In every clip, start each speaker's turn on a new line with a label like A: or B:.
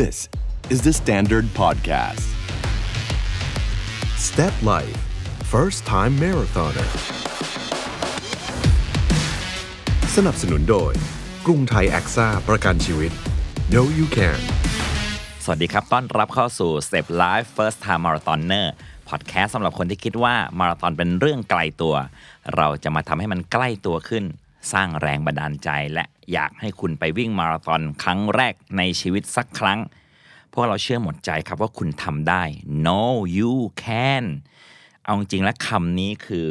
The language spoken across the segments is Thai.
A: This is the Standard Podcast.
B: Step Life First Time Marathoner สนับสนุนโดย กรุงไทยแอคซ่าประกันชีวิต No You Can
C: สวัสดีครับ ต้อนรับเข้าสู่ Step Life First Time Marathoner Podcast สำหรับคนที่คิดว่ามาราธอนเป็นเรื่องไกลตัว เราจะมาทำให้มันใกล้ตัวขึ้น สร้างแรงบันดาลใจ และอยากให้คุณไปวิ่งมาราธอนครั้งแรกในชีวิตสักครั้ง พวกเราเชื่อหมดใจครับว่าคุณทำได้ No you can เอาจริงๆและคำนี้คือ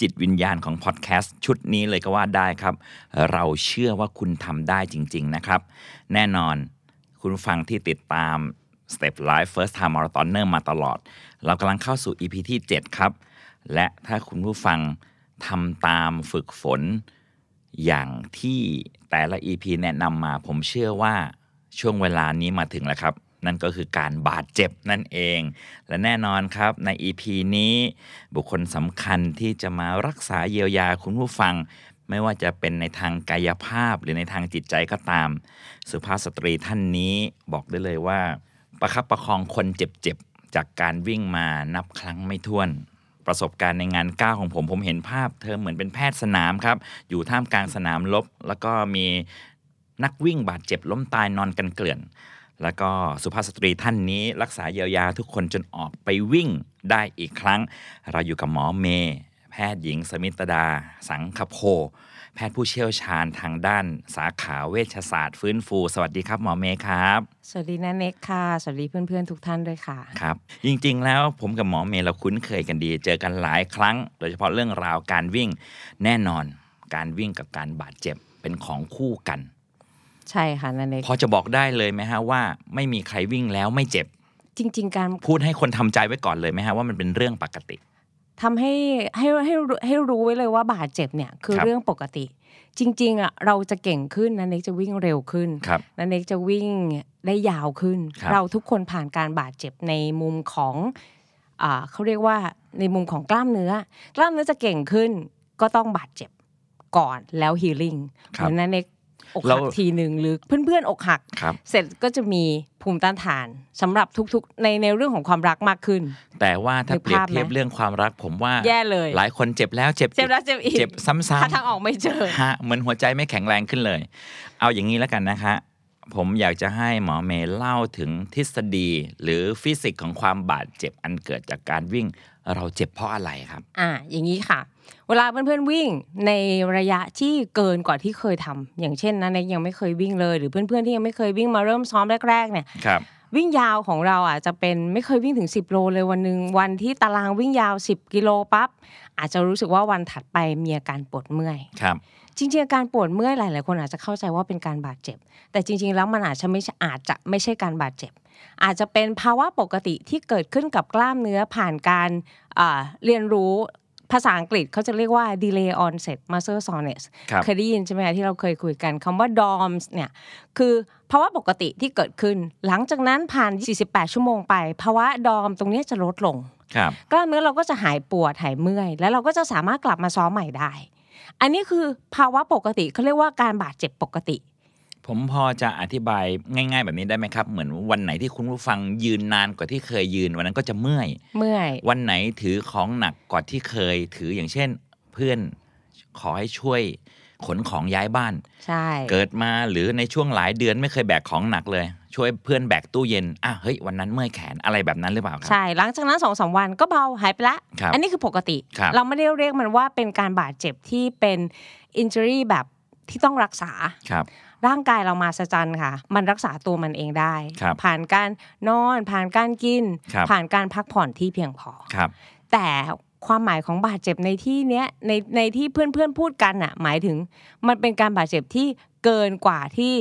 C: จิตวิญญาณของพอดแคสต์ชุดนี้เลยก็ว่าได้ครับ เราเชื่อว่าคุณทำได้จริง ๆ นะครับ แน่นอน คุณผู้ฟังที่ติดตาม Step Life First Time Marathoner มาตลอด เรากำลังเข้าสู่ EP ที่ 7 ครับ และถ้าคุณผู้ฟังทำตามฝึกฝน อย่างที่แต่ละ EP แนะนำมาผมเชื่อว่าช่วงเวลานี้มาถึงแล้วครับ นั่นก็คือการบาดเจ็บนั่นเอง และแน่นอนครับใน EP นี้ บุคคลสำคัญที่จะมารักษาเยียวยาคุณผู้ฟัง ไม่ว่าจะเป็นในทางกายภาพหรือในทางจิตใจก็ตาม สุภาพสตรีท่านนี้บอกได้เลยว่า ประคับประคองคนเจ็บๆ จากการวิ่งมานับครั้งไม่ถ้วน ประสบการณ์ในงานก้าวของผมผมเห็นภาพ เธอเหมือนเป็นแพทย์สนามครับ อยู่ท่ามกลางสนามรบแล้วก็มีนักวิ่งบาดเจ็บล้มตายนอนกันเกลื่อน แล้วก็สุภาพสตรีท่านนี้ รักษาเยียวยาทุกคนจนออกไปวิ่งได้อีกครั้ง เราอยู่กับหมอเมย์แพทย์หญิงสมิตดา สังคโพ แพทย์ผู้เชี่ยวชาญทางด้านสาขาเวชศาสตร์ฟื้นฟู สวัสดีครับหมอเมย์ครับ
D: สวัสดีนะเน็กค่ะ สวัสดีเพื่อนๆ ทุกท่านด้วยค่ะ
C: ครับจริงๆ แล้วผมกับหมอเมย์เราคุ้นเคยกันดี เจอกันหลายครั้ง โดยเฉพาะเรื่องราวการวิ่ง แน่นอนการวิ่งกับการบาดเจ็บเป็นของคู่กัน
D: ใช่ค่ะนะเน็ก
C: พอจะบอกได้เลยไหมฮะว่าไม่มีใครวิ่งแล้วไม่เจ็บ
D: จริง ๆ การ
C: พูดให้คนทำใจไว้ก่อนเลยไหมฮะว่ามันเป็นเรื่องปกติ
D: ทำให้ให้ให้รู้ให้รู้ไว้เลยว่าบาดเจ็บเนี่ยคือ
C: ครับ
D: เรื่องปกติ จริง ๆอ่ะเราจะเก่งขึ้นนะเน็กจะวิ่งเร็วขึ้น
C: ครับ
D: นะเน็กจะวิ่งได้ยาวขึ้น
C: ครับ
D: เราทุกคนผ่านการบาดเจ็บในมุมของอ่าเขาเรียกว่าในมุมของกล้ามเนื้อ กล้ามเนื้อจะเก่งขึ้นก็ต้องบาดเจ็บก่อนแล้วฮีลิ่งเห
C: ครับ
D: มือนนะเน็กอก
C: แล้
D: หั
C: ว
D: กทีหนึ่งหรือเพื่อนๆอกหัก
C: ครับ
D: เสร็จก็จะมีภูมิต้านทานสำหรับทุกๆ ในในเรื่องของความรักมากขึ้น
C: แต่ว่าถ้า
D: นึก
C: เปรียบ
D: ภาพไหม
C: เทียบเรื่องความรักผมว่า
D: แย่เลย
C: หลายคนเจ็บแล้วเจ็บอีก
D: เจ็บแล้วเจ็บอีก
C: เจ็บซ้ำๆ
D: หาทางออกไม่เจอ
C: ฮะเหมือนหัวใจไม่แข็งแรงขึ้นเลย เอาอย่างนี้แล้วกันนะคะ ผมอยากจะให้หมอเมย์เล่าถึงทฤษฎี หรือฟิสิกส์ของความบาดเจ็บอันเกิดจากการวิ่ง เราเจ็บเพราะอะไรครับ
D: อ่าอย่างนี้ค่ะ เวลาเพื่อนๆวิ่งในระยะที่เกินกว่าที่เคยทำอย่างเช่นนะในยังไม่เคยวิ่งเลย หรือเพื่อนๆที่ยังไม่เคยวิ่งมาเริ่มซ้อมแรกๆเนี่ย
C: ครับ
D: วิ่งยาวของเราอาจจะเป็นไม่เคยวิ่งถึง 10 โลเลยวันหนึ่งวันที่ตารางวิ่งยาว 10 กิโลปั๊บอาจจะรู้สึกว่าวันถัดไปมีอาการปวดเมื่อย
C: ครับ
D: จริงๆอาการปวดเมื่อยหลายๆคนอาจจะเข้าใจว่าเป็นการบาดเจ็บ แต่จริงๆแล้วมันอาจจะไม่ใช่อาจจะไม่ใช่การบาดเจ็บ อาจจะเป็นภาวะปกติที่เกิดขึ้นกับกล้ามเนื้อผ่านการเอ่อเรียนรู้ภาษาอังกฤษเขาจะเรียกว่า delay onset muscle soreness
C: ครับ
D: เคยได้ยินใช่ไหมคะที่เราเคยคุยกันคำว่า DOMS เนี่ยคือภาวะปกติที่เกิดขึ้น หลังจากนั้นผ่าน 48 ชั่วโมงไป ภาวะ DOM ตรงเนี้ยจะลดลง
C: ครับ
D: กล้ามเนื้อเราก็จะหายปวดหายเมื่อย แล้วเราก็จะสามารถกลับมาซ้อมใหม่ได้ อันนี้คือภาวะปกติเขาเรียกว่าการบาดเจ็บปกติ
C: ผมพอจะอธิบายง่าย ๆ แบบนี้ได้ไหมครับ เหมือนวันไหนที่คุณผู้ฟังยืนนานกว่าที่เคยยืน วันนั้นก็จะเมื่อย
D: เมื่อย
C: วันไหนถือของหนักกว่าที่เคยถืออย่างเช่น เพื่อนขอให้ช่วยขนของย้ายบ้าน
D: ใช่
C: เกิดมาหรือในช่วงหลายเดือนไม่เคยแบกของหนักเลย ช่วยเพื่อนแบกตู้เย็นอ่ะเฮ้ยวันนั้นเมื่อยแขนอะไรแบบนั้นหรือเปล่าครั
D: ใช่หลังจากนั้นสองสามวันก็เบาหายไปละ
C: ครับ
D: อันนี้คือปกติ
C: ครับ
D: เราไม่ได้เรียกมันว่าเป็นการบาดเจ็บที่เป็น injury แบบที่ต้องรักษา
C: ครับ
D: ร่างกายเรามาสจันค่ะ มันรักษาตัวมันเองได้
C: ครับ
D: ผ่านการนอน ผ่านการกิน
C: ครับ
D: ผ่านการพักผ่อนที่เพียงพอ
C: ครับ
D: แต่ความหมายของบาดเจ็บในที่เนี้ยในในที่เพื่อนๆพูดกันน่ะหมายถึงมันเป็นการบาดเจ็บที่เกินกว่าที่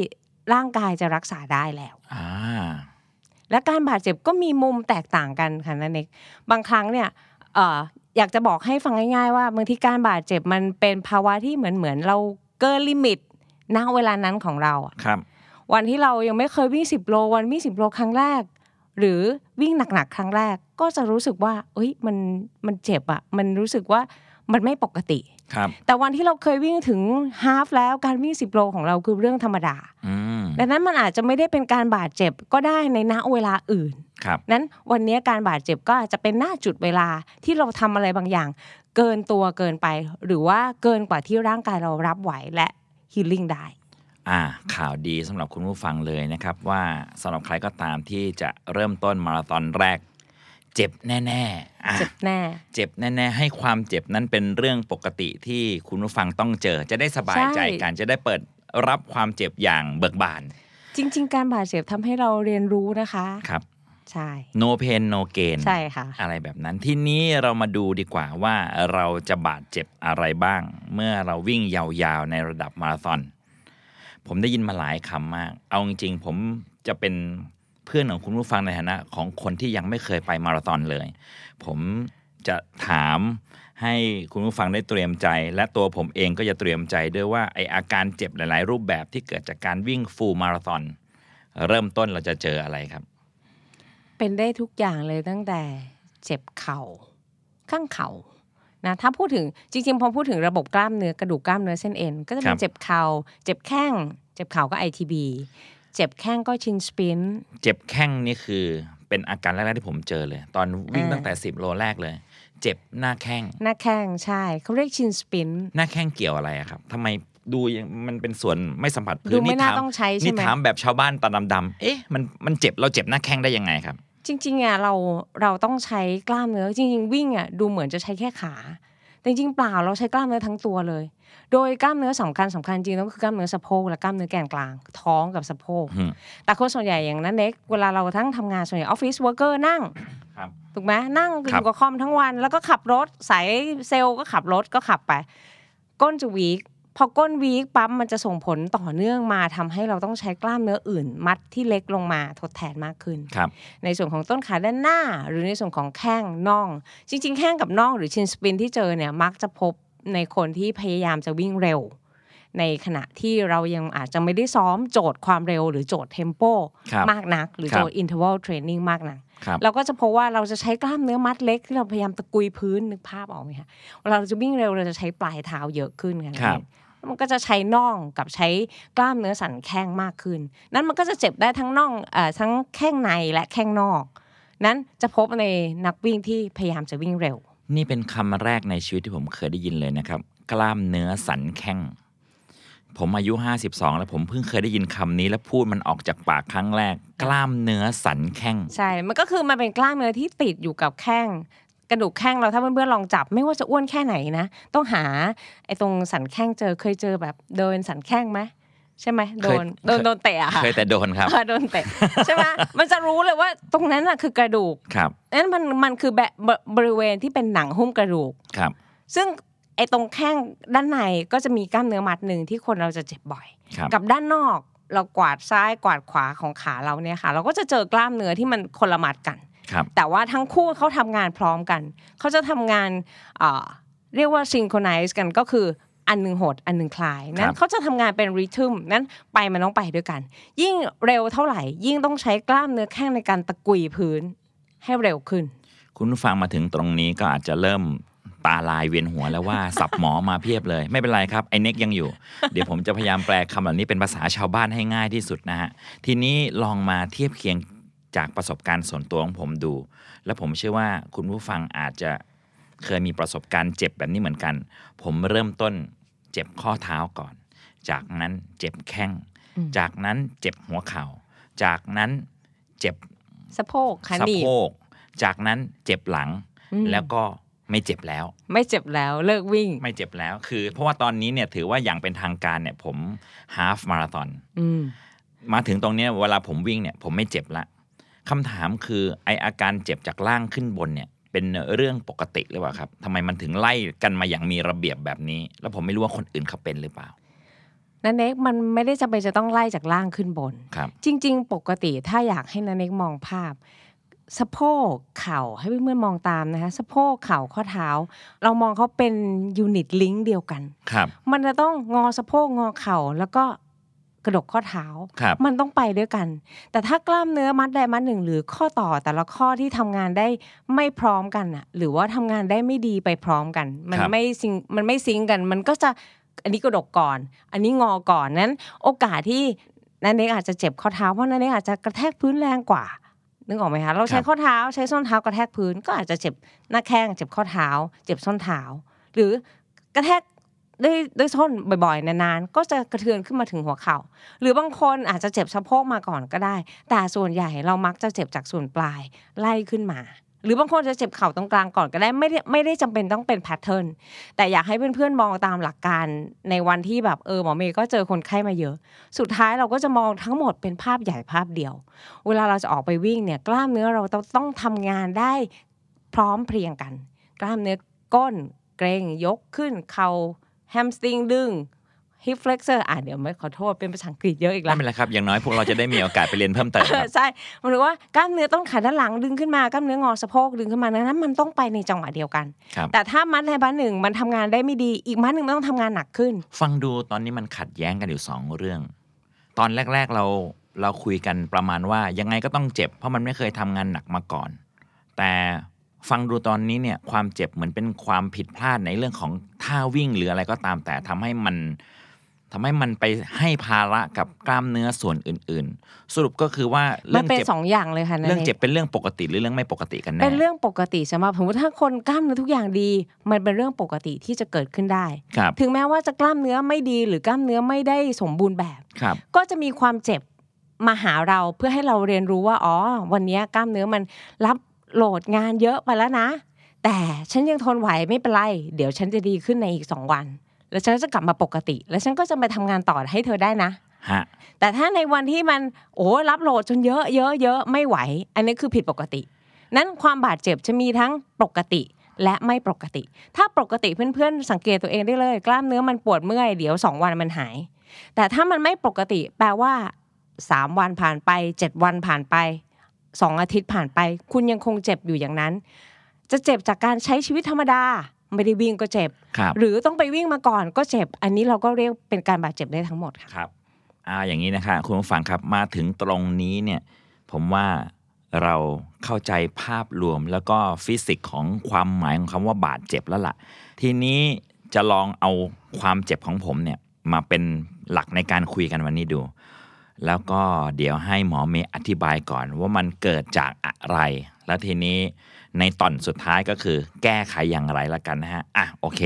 D: ร่างกายจะรักษาได้แล้ว
C: อ่า
D: และการบาดเจ็บก็มีมุมแตกต่างกันค่ะนันเอกบางครั้งเนี่ยเอ่ออยากจะบอกให้ฟังง่ายๆว่าบางทีการบาดเจ็บมันเป็นภาวะที่เหมือนเหมือนเราเกินลิมิตณเวลานั้นของเราอะ
C: ครับ
D: วันที่เรายังไม่เคยวิ่ง 10 โลวันวิ่ง 10 โลครั้งแรก หรือวิ่งหนักๆครั้งแรกก็จะรู้สึกว่าเอ้ยมันมันเจ็บอะมันรู้สึกว่ามันไม่ปกติ
C: ครับ
D: แต่วันที่เราเคยวิ่งถึงฮาฟแล้วการวิ่ง 10 โลของเราคือเรื่องธรรมดา
C: อืม
D: ดังนั้นมันอาจจะไม่ได้เป็นการบาดเจ็บก็ได้ในณเวลาอื่น
C: ครับ
D: นั้นวันนี้การบาดเจ็บก็อาจจะเป็นหน้าจุดเวลาที่เราทำอะไรบางอย่าง เกินตัวเกินไป หรือว่าเกินกว่าที่ร่างกายเรารับไหวและฮีลิ่งได้
C: อ่าข่าวดีสำหรับคุณผู้ฟังเลยนะครับ ว่าสำหรับใครก็ตามที่จะเริ่มต้นมาราธอนแรก เจ็บแน่ๆอ่ะ
D: เจ็บแน่
C: เจ็บแน่ ๆ ให้ความเจ็บนั้นเป็นเรื่องปกติที่คุณผู้ฟังต้องเจอ จะได้สบายใจ
D: ใช่
C: กันจะได้เปิดรับความเจ็บอย่างเบิกบาน
D: จริง ๆ การบาดเจ็บทำให้เราเรียนรู้นะคะ
C: ครับ
D: ใช่
C: no pain no gain
D: ใช่ค่ะ
C: อะไรแบบนั้นที่นี้เรามาดูดีกว่าว่าเราจะบาดเจ็บอะไรบ้าง เมื่อเราวิ่งยาวๆในระดับมาราธอน ผมได้ยินมาหลายคำมาก เอาจริงๆผมจะเป็นเพื่อนของคุณผู้ฟังในฐานะ ของคนที่ยังไม่เคยไปมาราธอนเลย ผมจะถามให้คุณผู้ฟังได้เตรียมใจ และตัวผมเองก็จะเตรียมใจด้วยว่าไออาการเจ็บหลาย ๆ รูปแบบที่เกิดจากการวิ่งฟูลมาราธอนเริ่มต้นเราจะเจออะไรครับ
D: เป็นได้ทุกอย่างเลยตั้งแต่เจ็บเข่า ข้างเข่านะถ้าพูดถึงจริงๆพอพูดถึงระบบกล้ามเนื้อกระดูกกล้ามเนื้อเส้นเอ็นก็จะ
C: ครั
D: มี
C: บ
D: เจ็บเข่าเจ็บแข้ง เจ็บเข่าก็ ITB เจ็บแข้งก็ชินสปรินต์
C: เจ็บแข้งนี่คือเป็นอาการแรก ๆ ที่ผมเจอเลย ตอนวิ่ง
D: อ่า
C: ตั้งแต่ 10 โลแรกเลย เจ็บหน้าแข้ง
D: หน้าแข้งใช่เขาเรียกชินสปรินต์
C: หน้าแข้งเกี่ยวอะไรอะครับทำไมดูยังมันเป็นส่วนไม่สัมผัสพื้น
D: ดูไม่น่า
C: ถ
D: ต้องใช้ใช่ไหม
C: นี่ถามแบบชาวบ้านตาดำๆเอ๊ะมันมันเจ็บเราเจ็บหน้าแข้งได้ยังไงครับ
D: จริงๆอ่ะเราเราต้องใช้กล้ามเนื้อจริงๆ วิ่งอ่ะดูเหมือนจะใช้แค่ขา แต่จริงๆเปล่าเราใช้กล้ามเนื้อทั้งตัวเลย โดยกล้ามเนื้อสำคัญสำคัญจริงๆก็คือกล้ามเนื้อสะโพกและกล้ามเนื้อแกนกลาง ท้องกับสะโพก
C: อืม
D: แต่คนส่วนใหญ่อย่างนั้นเน็กเวลาเราทั้งทำงานส่วนใหญ่ออฟฟิศเวิร์กเกอร์นั่ง
C: ครับ
D: ถูกไหมนั่งอ
C: ครั
D: ยู่
C: บ
D: กับคอมทั้งวัน แล้วก็ขับรถสายเซลล์ก็ขับรถก็ขับไป ก้นจะวีคพอก้นวีคปั๊มมันจะส่งผลต่อเนื่องมาทำให้เราต้องใช้กล้ามเนื้ออื่น มัดที่เล็กลงมาทดแทนมากขึ้น
C: ครับ
D: ในส่วนของต้นขาด้านหน้า หรือในส่วนของแข้งน่อง จริง ๆ แข้งกับน่องหรือชินสปรินที่เจอเนี่ยมักจะพบในคนที่พยายามจะวิ่งเร็ว ในขณะที่เรายังอาจจะไม่ได้ซ้อมโจทย์ความเร็ว หรือโจทย์เทมโป
C: ครับ
D: มากนัก หรือ
C: ครับ
D: โจทย์อินเทอร์วัลเทรนนิ่งมากนัก
C: ครับ
D: เราก็จะพบว่าเราจะใช้กล้ามเนื้อมัดเล็กที่เราพยายามตะกุยพื้นนึกภาพออกไหมคะเวลาเราจะวิ่งเร็วเราจะใช้ปลายเท้าเยอะขึ้นกัน
C: ครับ
D: มันก็จะใช้น่องกับใช้กล้ามเนื้อสันแข้งมากขึ้น นั้นมันก็จะเจ็บได้ทั้งน่องเอ่อทั้งแข้งในและแข้งนอก นั้นจะพบในนักวิ่งที่พยายามจะวิ่งเร็ว
C: นี่เป็นคำแรกในชีวิตที่ผมเคยได้ยินเลยนะครับ กล้ามเนื้อสันแข้ง ผมอายุ 52 แล้วผมเพิ่งเคยได้ยินคำนี้และพูดมันออกจากปากครั้งแรก กล้ามเนื้อสันแข้ง
D: ใช่ มันก็คือมันเป็นกล้ามเนื้อที่ติดอยู่กับแข้ง กระดูกแข้งเราถ้าเพื่อนๆลองจับ ไม่ว่าจะอ้วนแค่ไหนนะ ต้องหาไอ้ตรงสันแข้งเจอเคยเจอแบบเดินสันแข้งไหมใช่ไหมโดน
C: เคย
D: โดนโดนเตะอะค่ะ
C: เคยแต่โดนครับ
D: เออโดนเตะใช่ไหมมันจะรู้เลยว่าตรงนั้นอะคือกระดูก
C: ครับ
D: นั้นมันมันคือแบบบริเวณที่เป็นหนังหุ้มกระดูก
C: ครับ
D: ซึ่งไอ้ตรงแข้งด้านในก็จะมีกล้ามเนื้อมัดหนึ่งที่คนเราจะเจ็บบ่อย
C: ครับ
D: กับด้านนอกเรากวาดซ้ายกวาดขวาของขาเราเนี่ยค่ะ เราก็จะเจอกล้ามเนื้อที่มันคนละมัดกัน
C: ครับ
D: แต่ว่าทั้งคู่เขาทำงานพร้อมกัน เขาจะทำงานเอ่อเรียกว่าซิงโครไนซ์กันก็คืออันหนึ่งโหด อันหนึ่งคลาย นั้
C: ครับ
D: นเขาจะทำงานเป็นริทึมนั้นไปมันต้องไปด้วยกัน ยิ่งเร็วเท่าไหร่ ยิ่งต้องใช้กล้ามเนื้อแข้งในการตะกุยพื้นให้เร็วขึ้น
C: คุณผู้ฟังมาถึงตรงนี้ก็อาจจะเริ่มตาลายเวียนหัวแล้วว่า สับหมอมาเพียบเลย ไม่เป็นไรครับ ไอเน็กยังอยู่ เดี๋ยวผมจะพยายามแปลคำเหล่านี้เป็นภาษาชาวบ้านให้ง่ายที่สุดนะฮะ ทีนี้ลองมาเทียบเคียงจากประสบการณ์ส่วนตัวของผมดู และผมเชื่อว่าคุณผู้ฟังอาจจะเคยมีประสบการณ์เจ็บแบบนี้เหมือนกัน ผมเริ่มต้นเจ็บข้อเท้าก่อน จากนั้นเจ็บแข้ง จากนั้นเจ็บหัวเข่า จากนั้นเจ็บ
D: สะโพกขา
C: สะ
D: หนีบ
C: โพก จากนั้นเจ็บหลัง แล้วก็ไม่เจ็บแล้ว
D: ไม่เจ็บแล้วเลิกวิ่ง
C: ไม่เจ็บแล้ว คือ เพราะว่าตอนนี้เนี่ยถือว่าอย่างเป็นทางการเนี่ยผมฮาฟมาราธอน
D: อืม
C: มาถึงตรงเนี้ยเวลาผมวิ่งเนี่ยผมไม่เจ็บละคำถามคือไออาการเจ็บจากล่างขึ้นบนเนี่ยเป็นเรื่องปกติหรือเปล่าครับทำไมมันถึงไล่กันมาอย่างมีระเบียบแบบนี้ แล้วผมไม่รู้ว่าคนอื่นเขาเป็นหรือเปล่า
D: นั่นเองมันไม่ได้จำเป็นจะต้องไล่จากล่างขึ้นบน
C: ครับ
D: จริง ๆ ปกติถ้าอยากให้นันเอกมองภาพ สะโพกเข่าให้เพื่อนๆมองตามนะคะสะโพกเข่าข้อเท้า เรามองเขาเป็นยูนิตลิงก์เดียวกัน
C: ครับ
D: มันจะต้องงอสะโพกงอเข่าแล้วก็กระดกข้อเท้า
C: ครับ
D: มันต้องไปด้วยกัน แต่ถ้ากล้ามเนื้อมัดใดมัดหนึ่ง หรือข้อต่อแต่ละข้อที่ทำงานได้ไม่พร้อมกันอะหรือว่าทำงานได้ไม่ดีไปพร้อมกัน มัน
C: ครับ
D: ไม่ซิงมันไม่ซิงก์กัน มันก็จะอันนี้กระดกก่อน อันนี้งอก่อนนั้น โอกาสที่ นันเองอาจจะเจ็บข้อเท้าเพราะนันเองอาจจะกระแทกพื้นแรงกว่านึกออกไหมคะเราใช้
C: ครับ
D: ข้อเท้าใช้ส้นเท้ากระแทกพื้นก็อาจจะเจ็บหน้าแข้งเจ็บข้อเท้า เจ็บส้นเท้า หรือกระแทกด้วยด้วยส้นบ่อยๆนานๆก็จะกระเทือนขึ้นมาถึงหัวเข่า หรือบางคนอาจจะเจ็บสะโพกมาก่อนก็ได้ แต่ส่วนใหญ่เรามักจะเจ็บจากส่วนปลายไล่ขึ้นมา หรือบางคนจะเจ็บเข่าตรงกลางก่อนก็ได้ไม่ได้ไม่ได้จำเป็นต้องเป็นแพทเทิร์นแต่อยากให้เพื่อนๆมองตามหลักการในวันที่แบบเออหมอเมย์ก็เจอคนไข้มาเยอะ สุดท้ายเราก็จะมองทั้งหมดเป็นภาพใหญ่ภาพเดียว เวลาเราจะออกไปวิ่งเนี่ยกล้ามเนื้อเราต้องต้องทำงานได้พร้อมเพรียงกัน กล้ามเนื้อก้นเกรงยกขึ้นเข่าแฮมสตริงดึงฮิปเฟล็กเซอร์อ่ะเดี๋ยวไม่ขอโทษเป็นภาษาอังกฤษเยอะอีก
C: ไม่
D: แล้ว
C: เป็นไรครับ อย่างน้อยพวกเราจะได้มีโอกาสไปเรียนเพิ่มเติมครับ
D: ใช่หมันถือว่ากล้ามเนื้อต้นขาด้านหลังดึงขึ้นมากล้ามเนื้องอสะโพกดึงขึ้นมาดังนั้นมันต้องไปในจังหวะเดียวกัน
C: ครับ
D: แต่ถ้ามัดในบ้านหนึ่งมันทำงานได้ไม่ดีอีกมัดหนึ่งมันต้องทำงานหนักขึ้น
C: ฟังดูตอนนี้มันขัดแย้งกันอยู่สองเรื่อง ตอนแรก ๆเราเราคุยกันประมาณว่ายังไงก็ต้องเจ็บ เพราะมันไม่เคยทำงานหนักมาก่อน แต่ฟังดูตอนนี้เนี่ยความเจ็บเหมือนเป็นความผิดพลาดในเรื่องของท่าวิ่งหรืออะไรก็ตามแต่ทำให้มันทำให้มันไปให้ภาระกับกล้ามเนื้อส่วนอื่น ๆ สรุปก็คือว่า
D: มั
C: เรื่
D: น
C: อง
D: เป็น
C: เจ็บ
D: สองอย่างเลยค่ะนั่น
C: เรื่อง
D: เอง
C: เจ็บเป็นเรื่องปกติหรือเรื่องไม่ปกติกันแน่
D: เป็นเรื่องปกติสำหรับสมมติถ้าคนกล้ามเนื้อทุกอย่างดี มันเป็นเรื่องปกติที่จะเกิดขึ้นได้
C: ครับ
D: ถึงแม้ว่าจะกล้ามเนื้อไม่ดีหรือกล้ามเนื้อไม่ได้สมบูรณ์แบบ
C: ครับ
D: ก็จะมีความเจ็บมาหาเราเพื่อให้เราเรียนรู้ว่าอ๋อ วันนี้กล้ามเนื้อมันรับโหลดงานเยอะไปแล้วนะ แต่ฉันยังทนไหวไม่เป็นไร เดี๋ยวฉันจะดีขึ้นในอีกสองวัน แล้วฉันก็จะกลับมาปกติ แล้วฉันก็จะไปทำงานต่อให้เธอได้นะ
C: ฮะ
D: แต่ถ้าในวันที่มันโอ้รับโหลดจนเยอะเยอะเยอะไม่ไหว อันนี้คือผิดปกติ นั้นความบาดเจ็บจะมีทั้งปกติและไม่ปกติ ถ้าปกติเพื่อนๆ สังเกตตัวเองได้เลย กล้ามเนื้อมันปวดเมื่อยเดี๋ยว 2 วันมันหาย แต่ถ้ามันไม่ปกติ แปลว่า 3 วันผ่านไป 7 วันผ่านไป 2 อาทิตย์ผ่านไป คุณยังคงเจ็บอยู่อย่างนั้น จะเจ็บจากการใช้ชีวิตธรรมดา ไม่ได้วิ่งก็เจ็บ
C: ครับ
D: หรือต้องไปวิ่งมาก่อนก็เจ็บ อันนี้เราก็เรียกเป็นการบาดเจ็บได้ทั้งหมดค่ะ
C: ครับอ่าอย่างนี้นะคะคุณผู้ฟังครับมาถึงตรงนี้เนี่ยผมว่าเราเข้าใจภาพรวมแล้วก็ฟิสิกส์ของความหมายของคำว่าบาดเจ็บแล้วล่ะ ทีนี้จะลองเอาความเจ็บของผมเนี่ยมาเป็นหลักในการคุยกันวันนี้ดู แล้วก็เดี๋ยวให้หมอเมย์อธิบายก่อนว่ามันเกิดจากอะไร แล้วทีนี้ในตอนสุดท้ายก็คือ แก้ไขอย่างไรละกันนะฮะอ่ะโอเค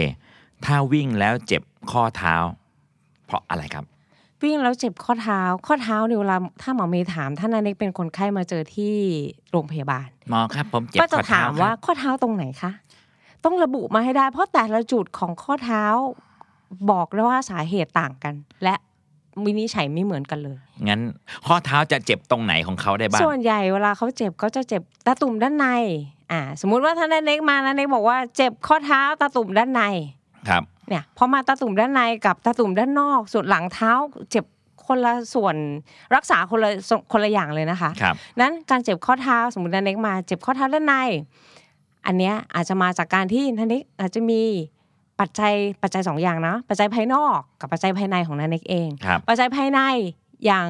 C: ถ้าวิ่งแล้วเจ็บข้อเท้า เพราะอะไรครับ
D: วิ่งแล้วเจ็บข้อเท้า ข้อเท้าเนี่ยเวลาถ้าหมอเมย์ถามท่านนายเล็กเป็นคนไข้มาเจอที่โรงพยาบาล
C: หมอครับผมเจ็บ
D: ก็จะ
C: ข้อเท้า
D: ถาม
C: ค
D: ว่า
C: รับ
D: ข้อเท้าตรงไหนคะ ต้องระบุมาให้ได้ เพราะแต่ละจุดของข้อเท้าบอกแล้วว่าสาเหตุต่างกัน และวินิจฉัยไม่เหมือนกันเลย
C: งั้นข้อเท้าจะเจ็บตรงไหนของเขาได้บ้าง
D: ส่วนใหญ่เวลาเขาเจ็บก็จะเจ็บตาตุ่มด้านใน อ่า สมมุติว่าท่านนายเล็กมานะนายเล็กบอกว่าเจ็บข้อเท้าตาตุ่มด้านใน
C: ครับ
D: เนี่ยพอมาตาตุ่มด้านในกับตาตุ่มด้านนอก ส่วนหลังเท้าเจ็บคนละส่วนรักษาคนละส่วนคนละอย่างเลยนะคะ
C: ครับ
D: นั้นการเจ็บข้อเท้าสมมตินันเน็กมาเจ็บข้อเท้าด้านใน อันเนี้ยอาจจะมาจากการที่นันเน็กอาจจะมีปัจจัยปัจจัยสองอย่างนะปัจจัยภายนอกกับปัจจัยภายในของนันเน็กเอง
C: ครับ
D: ปัจจัยภายในอย่าง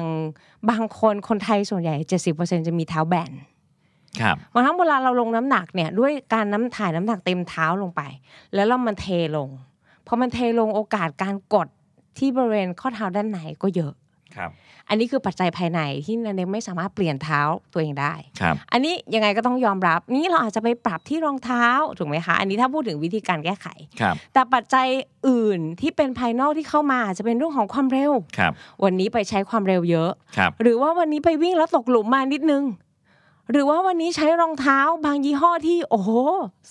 D: บางคนคนไทยส่วนใหญ่ 70%จะมีเท้าแบน
C: ครับ
D: บางครั้งเวลาเราลงน้ำหนักเนี่ยด้วยการน้ำถ่ายน้ำหนักเต็มเท้าลงไป แล้วเรามันเทลงพอมันเทลงโอกาสการกดที่บริเวณข้อเท้าด้านในก็เยอะ
C: ครับ
D: อันนี้คือปัจจัยภายในที่นันเองไม่สามารถเปลี่ยนเท้าตัวเองได้
C: ครับ
D: อันนี้ยังไงก็ต้องยอมรับ นี่เราอาจจะไปปรับที่รองเท้าถูกไหมคะอันนี้ถ้าพูดถึงวิธีการแก้ไข
C: ครับ
D: แต่ปัจจัยอื่นที่เป็นภายนอกที่เข้ามาอาจจะเป็นเรื่องของความเร็ว
C: ครับ
D: วันนี้ไปใช้ความเร็วเยอะ
C: ครับ
D: หรือว่าวันนี้ไปวิ่งแล้วตกหลุมมานิดนึง หรือว่าวันนี้ใช้รองเท้าบางยี่ห้อที่โอ้โห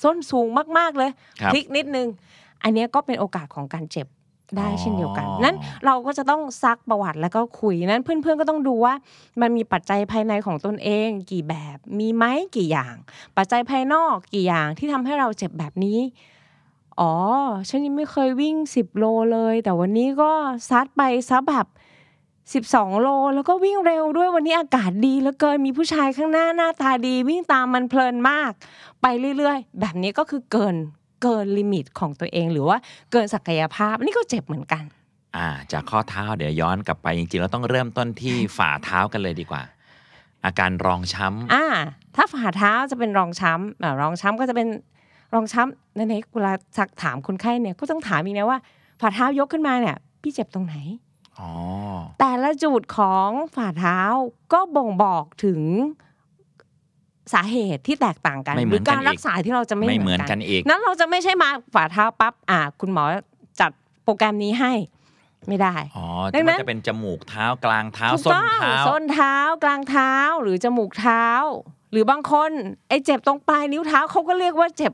D: ส้นสูงมาก ๆ เลย
C: ครับ
D: พลิกนิดนึง อันเนี้ยก็เป็นโอกาสของการเจ็บได้
C: อ๋อ
D: เช่นเดียวกัน นั้นเราก็จะต้องซักประวัติแล้วก็คุย นั้นเพื่อนๆก็ต้องดูว่า มันมีปัจจัยภายในของตนเอง กี่แบบ มีไหมกี่อย่าง ปัจจัยภายนอกกี่อย่างที่ทำให้เราเจ็บแบบนี้ อ๋อ ฉันยังไม่เคยวิ่ง 10 โลเลย แต่วันนี้ก็ซัดไปซับแบบ12 โล แล้วก็วิ่งเร็วด้วยวันนี้อากาศดีเหลือเกินมีผู้ชายข้างหน้าหน้าตาดี วิ่งตามมันเพลินมาก ไปเรื่อยๆ แบบนี้ก็คือเกินเกินลิมิตของตัวเอง หรือว่าเกินศักยภาพนี่ก็เจ็บเหมือนกัน
C: อ่า จากข้อเท้าเดี๋ยวย้อนกลับไป จริงๆ เราต้องเริ่มต้นที่ ฝ่าเท้ากันเลยดีกว่า อาการรองช้ำ
D: อ่า ถ้าฝ่าเท้าจะเป็นรองช้ำอ่ารองช้ำก็จะเป็นรองช้ำในในๆเวลาสักถามคนไข้เนี่ยก็ต้องถามอีกนะว่าฝ่าเท้ายกขึ้นมาเนี่ย พี่เจ็บตรงไหน
C: อ๋อ
D: แต่ละจุดของฝ่าเท้าก็บ่งบอกถึงสาเหตุที่แตกต่างกัน
C: ไม่เห
D: ห
C: มื
D: รือ อน
C: กัน
D: การ
C: อีก
D: รักษาที่เราจะไม่
C: ไม่เห
D: เห
C: มื
D: มื
C: อ
D: อน น
C: กั
D: กัน น
C: อีก
D: นั้นเราจะไม่ใช่มาฝ่าเท้าปั๊บอ่ะคุณหมอจัดโปรแกรมนี้ให้ไม่ได้
C: อ๋อ
D: ดังนั้
C: มัน
D: น
C: จะเป็นจมูกเท้ากลางเท้า
D: ถูก
C: ส้น
D: ต้อง
C: เท้า
D: ส้นเท้ากลางเท้าหรือจมูกเท้า หรือบางคนไอ้เจ็บตรงปลายนิ้วเท้าเขาก็เรียกว่าเจ็บ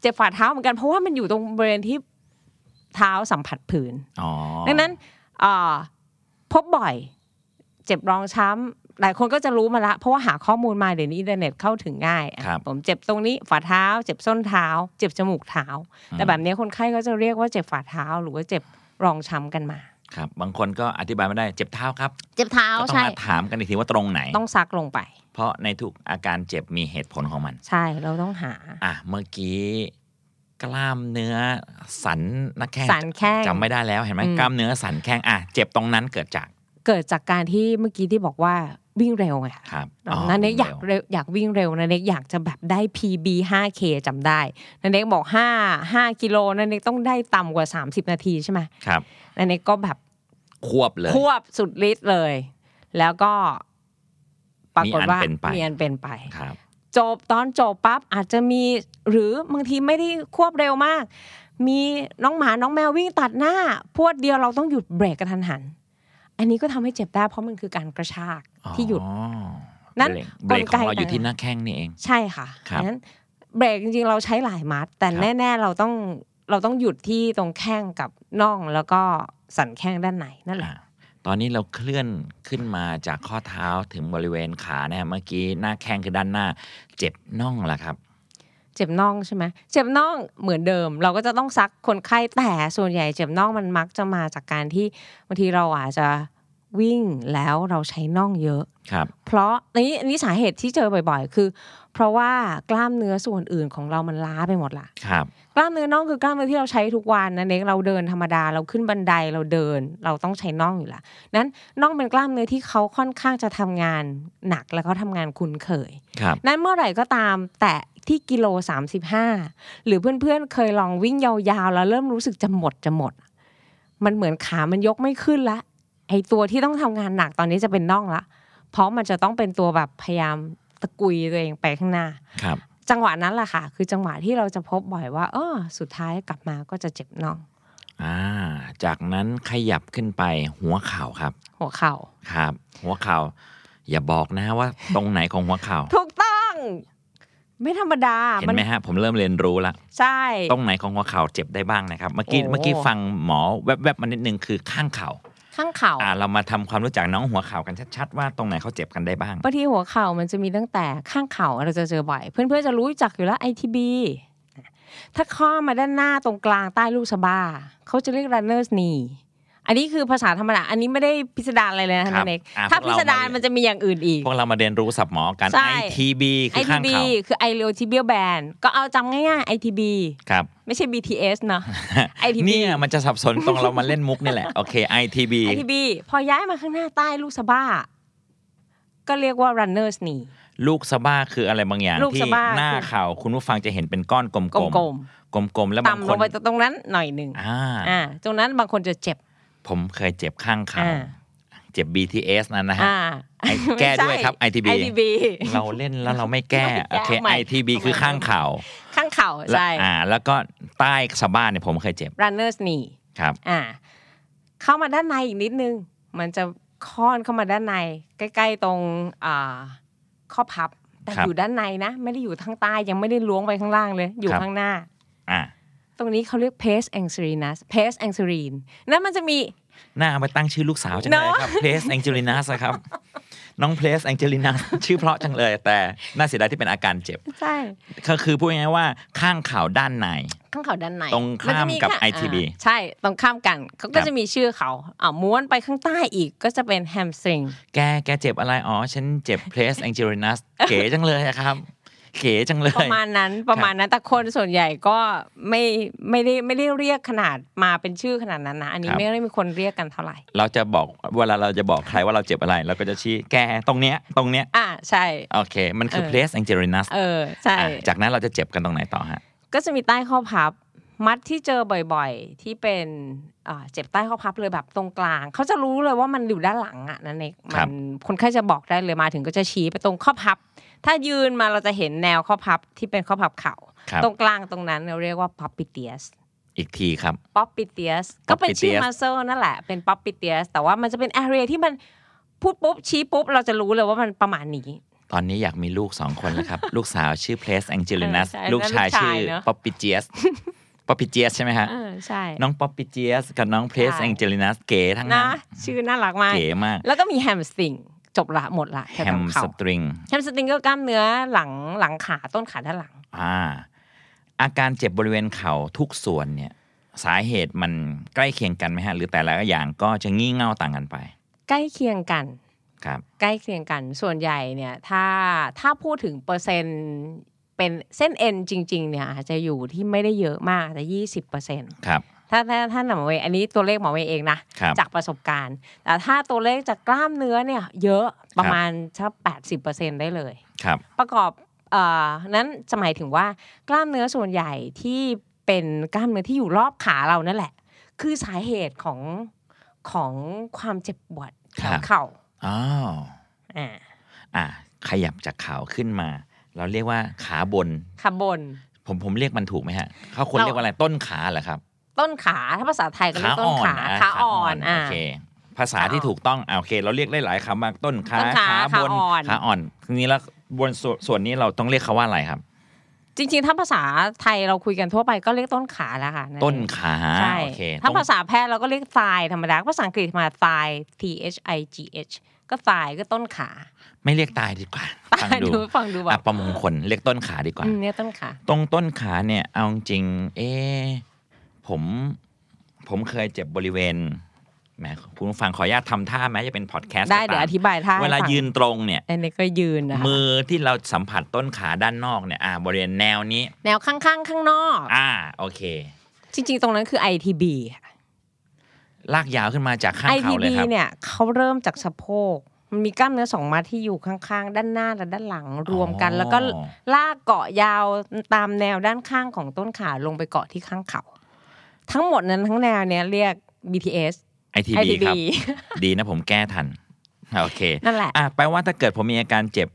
D: เจ็บฝ่าเท้าเหมือนกันเพราะว่ามันอยู่ตรงบริเวณที่เท้าสัมผัสผืน
C: อ๋อ
D: ดังนั้นเอ่อพบบ่อย เจ็บรองช้ำหลายคนก็จะรู้มาละ เพราะว่าหาข้อมูลมาเดี๋ยวนี้อินเทอร์เน็ตเข้าถึงง่ายอ่ะ
C: ครับ
D: ผมเจ็บตรงนี้ฝ่าเท้า เจ็บส้นเท้า เจ็บจมูกเท้า แต่แบบนี้คนไข้ก็จะเรียกว่าเจ็บฝ่าเท้า หรือว่าเจ็บรองช้ำกันมา
C: ครับ บางคนก็อธิบายไม่ได้ เจ็บเท้าครับ
D: เจ็บเท้า
C: ก็ต้อง
D: ใช่
C: มาถามกันอีกทีว่าตรงไหน
D: ต้องซักลงไป
C: เพราะในทุกอาการเจ็บมีเหตุผลของมัน
D: ใช่เราต้องหา
C: อ่ะ เมื่อกี้ กล้ามเนื้อสันหนักแข้ง
D: สันแข้ง
C: จำไม่ได้แล้วเห็นไหม
D: อืม
C: กล้ามเนื้อสันแข้งอ่ะเจ็บตรงนั้นเกิดจาก
D: เกิดจากการที่เมื่อกี้ที่บอกว่าวิ่งเร็วไงคะ
C: ครับ
D: นันเน็กอยาก
C: ร็ว
D: เร็วอยากวิ่งเร็วนันเน็กอยากจะแบบได้ PB 5K จำได้นันเน็กบอก 5 5กิโลนันเน็กต้องได้ต่ำกว่า 30 นาทีใช่ไหม
C: ครับ
D: นันเน็กก็แบบ
C: ควบเลย
D: ควบสุดฤทธิ์เลย แล้วก็ปรากฏว่า
C: มีอันเป็นไป
D: มีอันเป็นไป
C: ครับ
D: จบตอนจบปั๊บอาจจะมีหรือบางทีไม่ได้ควบเร็วมาก มีน้องหมาน้องแมววิ่งตัดหน้า พวดเดียวเราต้องหยุดเบรกกระทันหัน อันนี้ก็ทำให้เจ็บได้เพราะมันคือการกระชากที่หยุด
C: อ๋อ
D: นั่น
C: เบรกเบรกของเรา
D: กลไก
C: อยู่ที่
D: ต่าง
C: หน้าแข้งนี่เอง
D: ใช่ค่ะ
C: ครับ
D: ดังนั้นเบรกจริงๆ เราใช้หลายมัด แต่
C: ครับ
D: แน่ๆ เราต้องเราต้องหยุดที่ตรงแข้งกับน่องแล้วก็สันแข้งด้านในนั่นแห
C: อ่ะ
D: ละ
C: ตอนนี้เราเคลื่อนขึ้นมาจากข้อเท้าถึงบริเวณขาเนี่ยเมื่อกี้หน้าแข้งคือด้านหน้า เจ็บน่องล่ะครับ
D: เจ็บน่องใช่ไหมเจ็บน่องเหมือนเดิม เราก็จะต้องซักคนไข้แต่ส่วนใหญ่เจ็บน่องมันมักจะมาจากการที่บางทีเราอาจจะวิ่งแล้วเราใช้น่องเยอะ
C: ครับ
D: เพราะอันนี้อันนี้สาเหตุที่เจอบ่อยๆ คือ เพราะว่ากล้ามเนื้อส่วนอื่นของเรามันล้าไปหมดละ
C: ครับ
D: กล้ามเนื้อน่องคือกล้ามเนื้อที่เราใช้ทุกวันนั่นเองเราเดินธรรมดาเราขึ้นบันไดเราเดิน เราต้องใช้น่องอยู่ละนั้นน่องเป็นกล้ามเนื้อที่เขาค่อนข้างจะทำงานหนักและเขาทำงานคุ้นเคย
C: ครับ
D: นั้นเมื่อไหร่ก็ตามแต่ที่กิโล 35 หรือเพื่อนๆเคยลองวิ่งยาวๆ แล้วเริ่มรู้สึกจะหมดจะหมด มันเหมือนขามันยกไม่ขึ้นละไอตัวที่ต้องทำงานหนักตอนนี้จะเป็นน่องละ เพราะมันจะต้องเป็นตัวแบบพยายามตะกุยตัวเองไปข้างหน้า
C: ครับ
D: จังหวะนั้นแหละค่ะ คือจังหวะที่เราจะพบบ่อยว่าเออสุดท้ายกลับมาก็จะเจ็บน่อง
C: อ่า จากนั้นขยับขึ้นไปหัวเข่าครับ
D: หัวเข่า
C: ครับ หัวเข่า อย่าบอกนะว่า ตรงไหนของหัว เข่า
D: ถูกต้อง ไม่ธรรมดา
C: เห็นไหมฮะ ผมเริ่มเรียนรู้ละ
D: ใช่
C: ตรงไหนของหัวเข่าเจ็บได้บ้างนะครับ เมื่อกี้
D: โอ้
C: เมื่อกี้ฟังหมอแวบๆมานิดนึงคือข้างเข่า
D: ข้างเข่า
C: อ่า เรามาทำความรู้จักน้องหัวเข่ากันชัดๆว่าตรงไหนเขาเจ็บกันได้บ้าง
D: บางทีหัวเข่ามันจะมีตั้งแต่ข้างเข่าเราจะเจอบ่อย เพื่อนๆจะรู้จักอยู่แล้ว ITB ถ้าข้อมาด้านหน้าตรงกลางใต้ลูกสะบ้าเขาจะเรียก runners knee อันนี้คือภาษาธรรมดาอันนี้ไม่ได้พิสดารอะไรเลยนะคะ
C: ครับ
D: นันเอก
C: อ่ะ
D: ถ้า
C: พวก
D: พิ
C: เรา
D: สดาร
C: มา
D: มันจะมีอย่างอื่นอีก
C: พวกเรามาเรียนรู้ศัพท์หมอกัน
D: ใช่
C: ITB คือข้าง
D: ITB
C: เข่า
D: คือ iliotibial band ก็เอาจำง่ายๆ ITB
C: ครับ
D: ไม่ใช่ BTS เนอะ ITB
C: เนี่ยมันจะสับสนตรงเรามาเล่นมุกนี่แหละ โอเค ITB
D: ITB พอย้ายมาข้างหน้าใต้ลูกสะบ้า ก็เรียกว่า runners knee
C: ลูกสะบ้าคืออะไรบางอย่าง
D: ลูก
C: ที่
D: สะบ้า
C: หน้าเข่าคุณผู้ฟังจะเห็นเป็นก้อนกลมๆ
D: กลม
C: กลมๆแล้ว
D: ๆ
C: บางค
D: ต่ำล
C: น
D: งไปตรงนั้นหน่อยหนึ่ง
C: อ่า
D: อ่าตรงนั้นบางคนจะเจ็บ
C: ผมเคยเจ็บข้างเข่า
D: อ่า
C: เจ็บ BTS นั่นนะฮะ
D: อ่า
C: ไอ้แก้ด้วยครับ ITB
D: ITB
C: เราเล่นแล้วเราไม่แก้
D: ไม่
C: โอ
D: แก้
C: เค
D: ใหม่
C: ITB คือข้างเข่า
D: ข้างเข่า
C: และ
D: ใช่
C: อ่า แล้วก็ใต้สะบ้าเนี่ยผมเคยเจ็บ
D: runners knee
C: ครับ
D: อ่า เข้ามาด้านในอีกนิดนึง มันจะค่อนเข้ามาด้านใน ใกล้ๆตรงอ่าข้อพับ แต่
C: ครับ
D: อยู่ด้านในนะ ไม่ได้อยู่ทางใต้ยังไม่ได้ล้วงไปข้างล่างเลย อยู่
C: ครับ
D: ข้างหน้า
C: อ่า
D: ตรงนี้เขาเรียก pace a n g e r i n u s pace a n g e r i n นั่นมันจะมี
C: หน้าเอาไปตั้งชื่อลูกสาวจังเลยครับเพลสแองเจลินาสครับ น้องเพลสแองเจลินาชื่อเพราะจังเลย แต่น่าเสียดายที่เป็นอาการเจ็บ
D: ใช่
C: ก็คือพูดง่ายๆว่าข้างเข่าวด้านใน
D: ข้างเข่าด้านใน
C: ตรงข้าม
D: นจะ
C: กับ
D: ค่ะ
C: ITB
D: าใช่ตรงข้ามกันเขา
C: ค
D: ก็
C: รับ
D: จะมีชื่อเขาอ่าม้วนไปข้างใต้อีกก็จะเป็น hamstring
C: แกแกเจ็บอะไร อ๋อ ฉันเจ็บเพลสแองเจลินาเก๋จังเลยอะครับ เก๋จังเล
D: ป
C: ย
D: ระมาณนั้นประมาณนั้นแต่คนส่วนใหญ่ก็ไม่ไม่ได้ไม่ได้เรียกขนาดมาเป็นชื่อขนาดนั้นนะ อันนี้
C: ครับ
D: ไม่ได้มีคนเรียกกันเท่าไหร่
C: เราจะบอกเวลาเราจะบอกใครว่าเราเจ็บอะไร เราก็จะชี้แกตรงเนี้ยตรงเนี้ย
D: อ่ะใช่
C: โอเค มันคือ
D: เออ
C: เพลสแองเจลินา
D: เออใช่
C: จากนั้นเราจะเจ็บกันตรงไหนต่อฮะ
D: ก็จะมีใต้ข้อพับ มัดที่เจอบ่อยๆ ที่เป็นอ่าเจ็บใต้ข้อพับเลยแบบตรงกลาง เขาจะรู้เลยว่ามันอยู่ด้านหลังอ่ะนั่นเอง
C: ครั
D: มั
C: บ
D: นคนไข้จะบอกได้เลยมาถึงก็จะชี้ไปตรงข้อพับ ถ้ายืนมาเราจะเห็นแนวข้อพับที่เป็นข้อพับเข่า
C: ครับ
D: ตรงกลางตรงนั้นเราเรียกว่า Popliteus
C: อีกทีครับ
D: ป๊อปปิเตียสก็เป็นชื่อ
C: Popliteus
D: มาเซลนั่นแหละ เป็นป๊อปปิเตียสแต่ว่ามันจะเป็นแอเรียที่มันพูดปุ๊บ ชี้ปุ๊บ เราจะรู้เลยว่ามันประมาณนี้
C: ตอนนี้อยากมีลูกสองคนแล้ว ครับ ลูกสาวชื่อเพลสแองเจลินัส
D: เออใช่
C: ลูกชายชื่อ
D: แล้วลูกชายเนอะ
C: ป๊อปปิเจี ยสป๊อปปิเจียสใช่ไหมฮะ
D: เออใช่
C: น้องป๊อปปิเจียสกับน้องเพลส
D: ใช่
C: แองเจลินัสเก๋ทั้งนั้
D: นะ
C: น
D: ชื่อน่ารักมาก
C: เก๋มาก
D: แล้วก็มีแฮมสตริงจบละหมดละ
C: แฮ
D: แถว
C: ม
D: ๆเขา
C: สตริง
D: แฮมสตริงก็กล้ามเนื้อหลังหลังขาต้นขาด้านหลัง
C: อ่าอาการเจ็บบริเวณเข่าทุกส่วนเนี่ย สาเหตุมันใกล้เคียงกันไหมฮะ หรือแต่ละอย่างก็จะงี่เง่าต่างกันไป
D: ใกล้เคียงกัน
C: ครับ
D: ใกล้เคียงกันส่วนใหญ่เนี่ยถ้าถ้าพูดถึงเปอร์เซ็นต์เป็นเส้นเอ็นจริง ๆ เนี่ยอาจจะอยู่ที่ไม่ได้เยอะมากแต่ยี่สิบเปอร์เซ็นต์
C: ครับ
D: ถ้าถ้าถ้าหมอเวย์อันนี้ตัวเลขหมอเวย์เองนะ
C: ครับ
D: จากประสบการณ์ แต่ถ้าตัวเลขจากกล้ามเนื้อเนี่ยเยอะประมาณชักแปดสิบเปอร์เซ็นได้เลย
C: ครับ
D: ประกอบเอ่อนั้นจะหมายถึงว่ากล้ามเนื้อส่วนใหญ่ที่เป็นกล้ามเนื้อที่อยู่รอบขาเรานั่นแหละ คือสาเหตุของของความเจ็บปวด
C: ครั
D: ขอบ งเข่า
C: อ้าว
D: อ่า
C: อ่ะขยับจากเข่าขึ้นมา เราเรียกว่าขาบน
D: ขาบน
C: ผมผมเรียกมันถูกไหมฮะเขาควร
D: เรา
C: เรียกว่าอะไรต้นขาเหรอครับ
D: ต้นขาถ้าภาษาไทยก็เรียกต้นขา
C: ะ
D: ขาอ่อนอ่า
C: โอเค ภาษาที่ถูกต้องอ่ะโอเค เราเรียกได้หลายคำมากต้นขา
D: ต้นขา
C: บน
D: ขาอ่อน
C: ขาอ่อนทีนี้แล้วบนส่วนส่วนนี้เราต้องเรียกเขาว่าอะไรครับ
D: จริงๆ ถ้าภาษาไทยเราคุยกันทั่วไปก็เรียกต้นขาแล้วค่ะ
C: ต้นขา
D: ใช่
C: โอเค
D: ถ้า
C: ต้อง
D: ภาษาแพทย์เราก็เรียกทรายธรรมดาภาษาอังกฤษมาทราย T H I G H ก็ทรายก็ต้นขา
C: ไม่เรียกตายดีก ว่าฟังดู
D: ดูฟังดูแบ
C: อ่ะ
D: บ
C: ประมงคลเรียกต้นขาดีกว่า
D: อืมเนี่ยต้นขา
C: ตรงต้นขาเนี่ยเอาจริงๆเอ๊ะผมผมเคยเจ็บบริเวณแหมคุณผู้ฟังขออนุญาตทำท่าแม้จะเป็นพอดแคสต์
D: ได้เดี๋ยวอธิบายท่าให้
C: เวลา
D: ฟัง
C: ยืนตรงเนี่ย
D: อันนี้ก็ยืนนะคะ
C: มือที่เราสัมผัสต้นขาด้านนอกเนี่ยอ่าบริเวณแนวนี้
D: แนวข้างๆ ข้างนอก
C: อ่าโอเค
D: จริงๆ ตรงนั้นคือ ITB ค่ะ
C: ลากยาวขึ้นมาจากข้างเขาเล
D: ITB
C: ยครับ
D: เนี่ยเขาเริ่มจากสะโพกมันมีกล้ามเนื้อสองมัดที่อยู่ข้างๆ ด้านหน้าและด้านหลังรวมกัน
C: อ๋อ
D: แล้วก็ลากเกาะยาวตามแนวด้านข้างของต้นขาลงไปเกาะที่ข้างเขา ทั้งหมดนั้นทั้งแนวเนี้ยเรียก BTS
C: ITB ครับ ดีนะผมแก้ทัน โอเค
D: นั่นแหละ
C: อ่ะแปลว่าถ้าเกิดผมมีอาการเจ็บ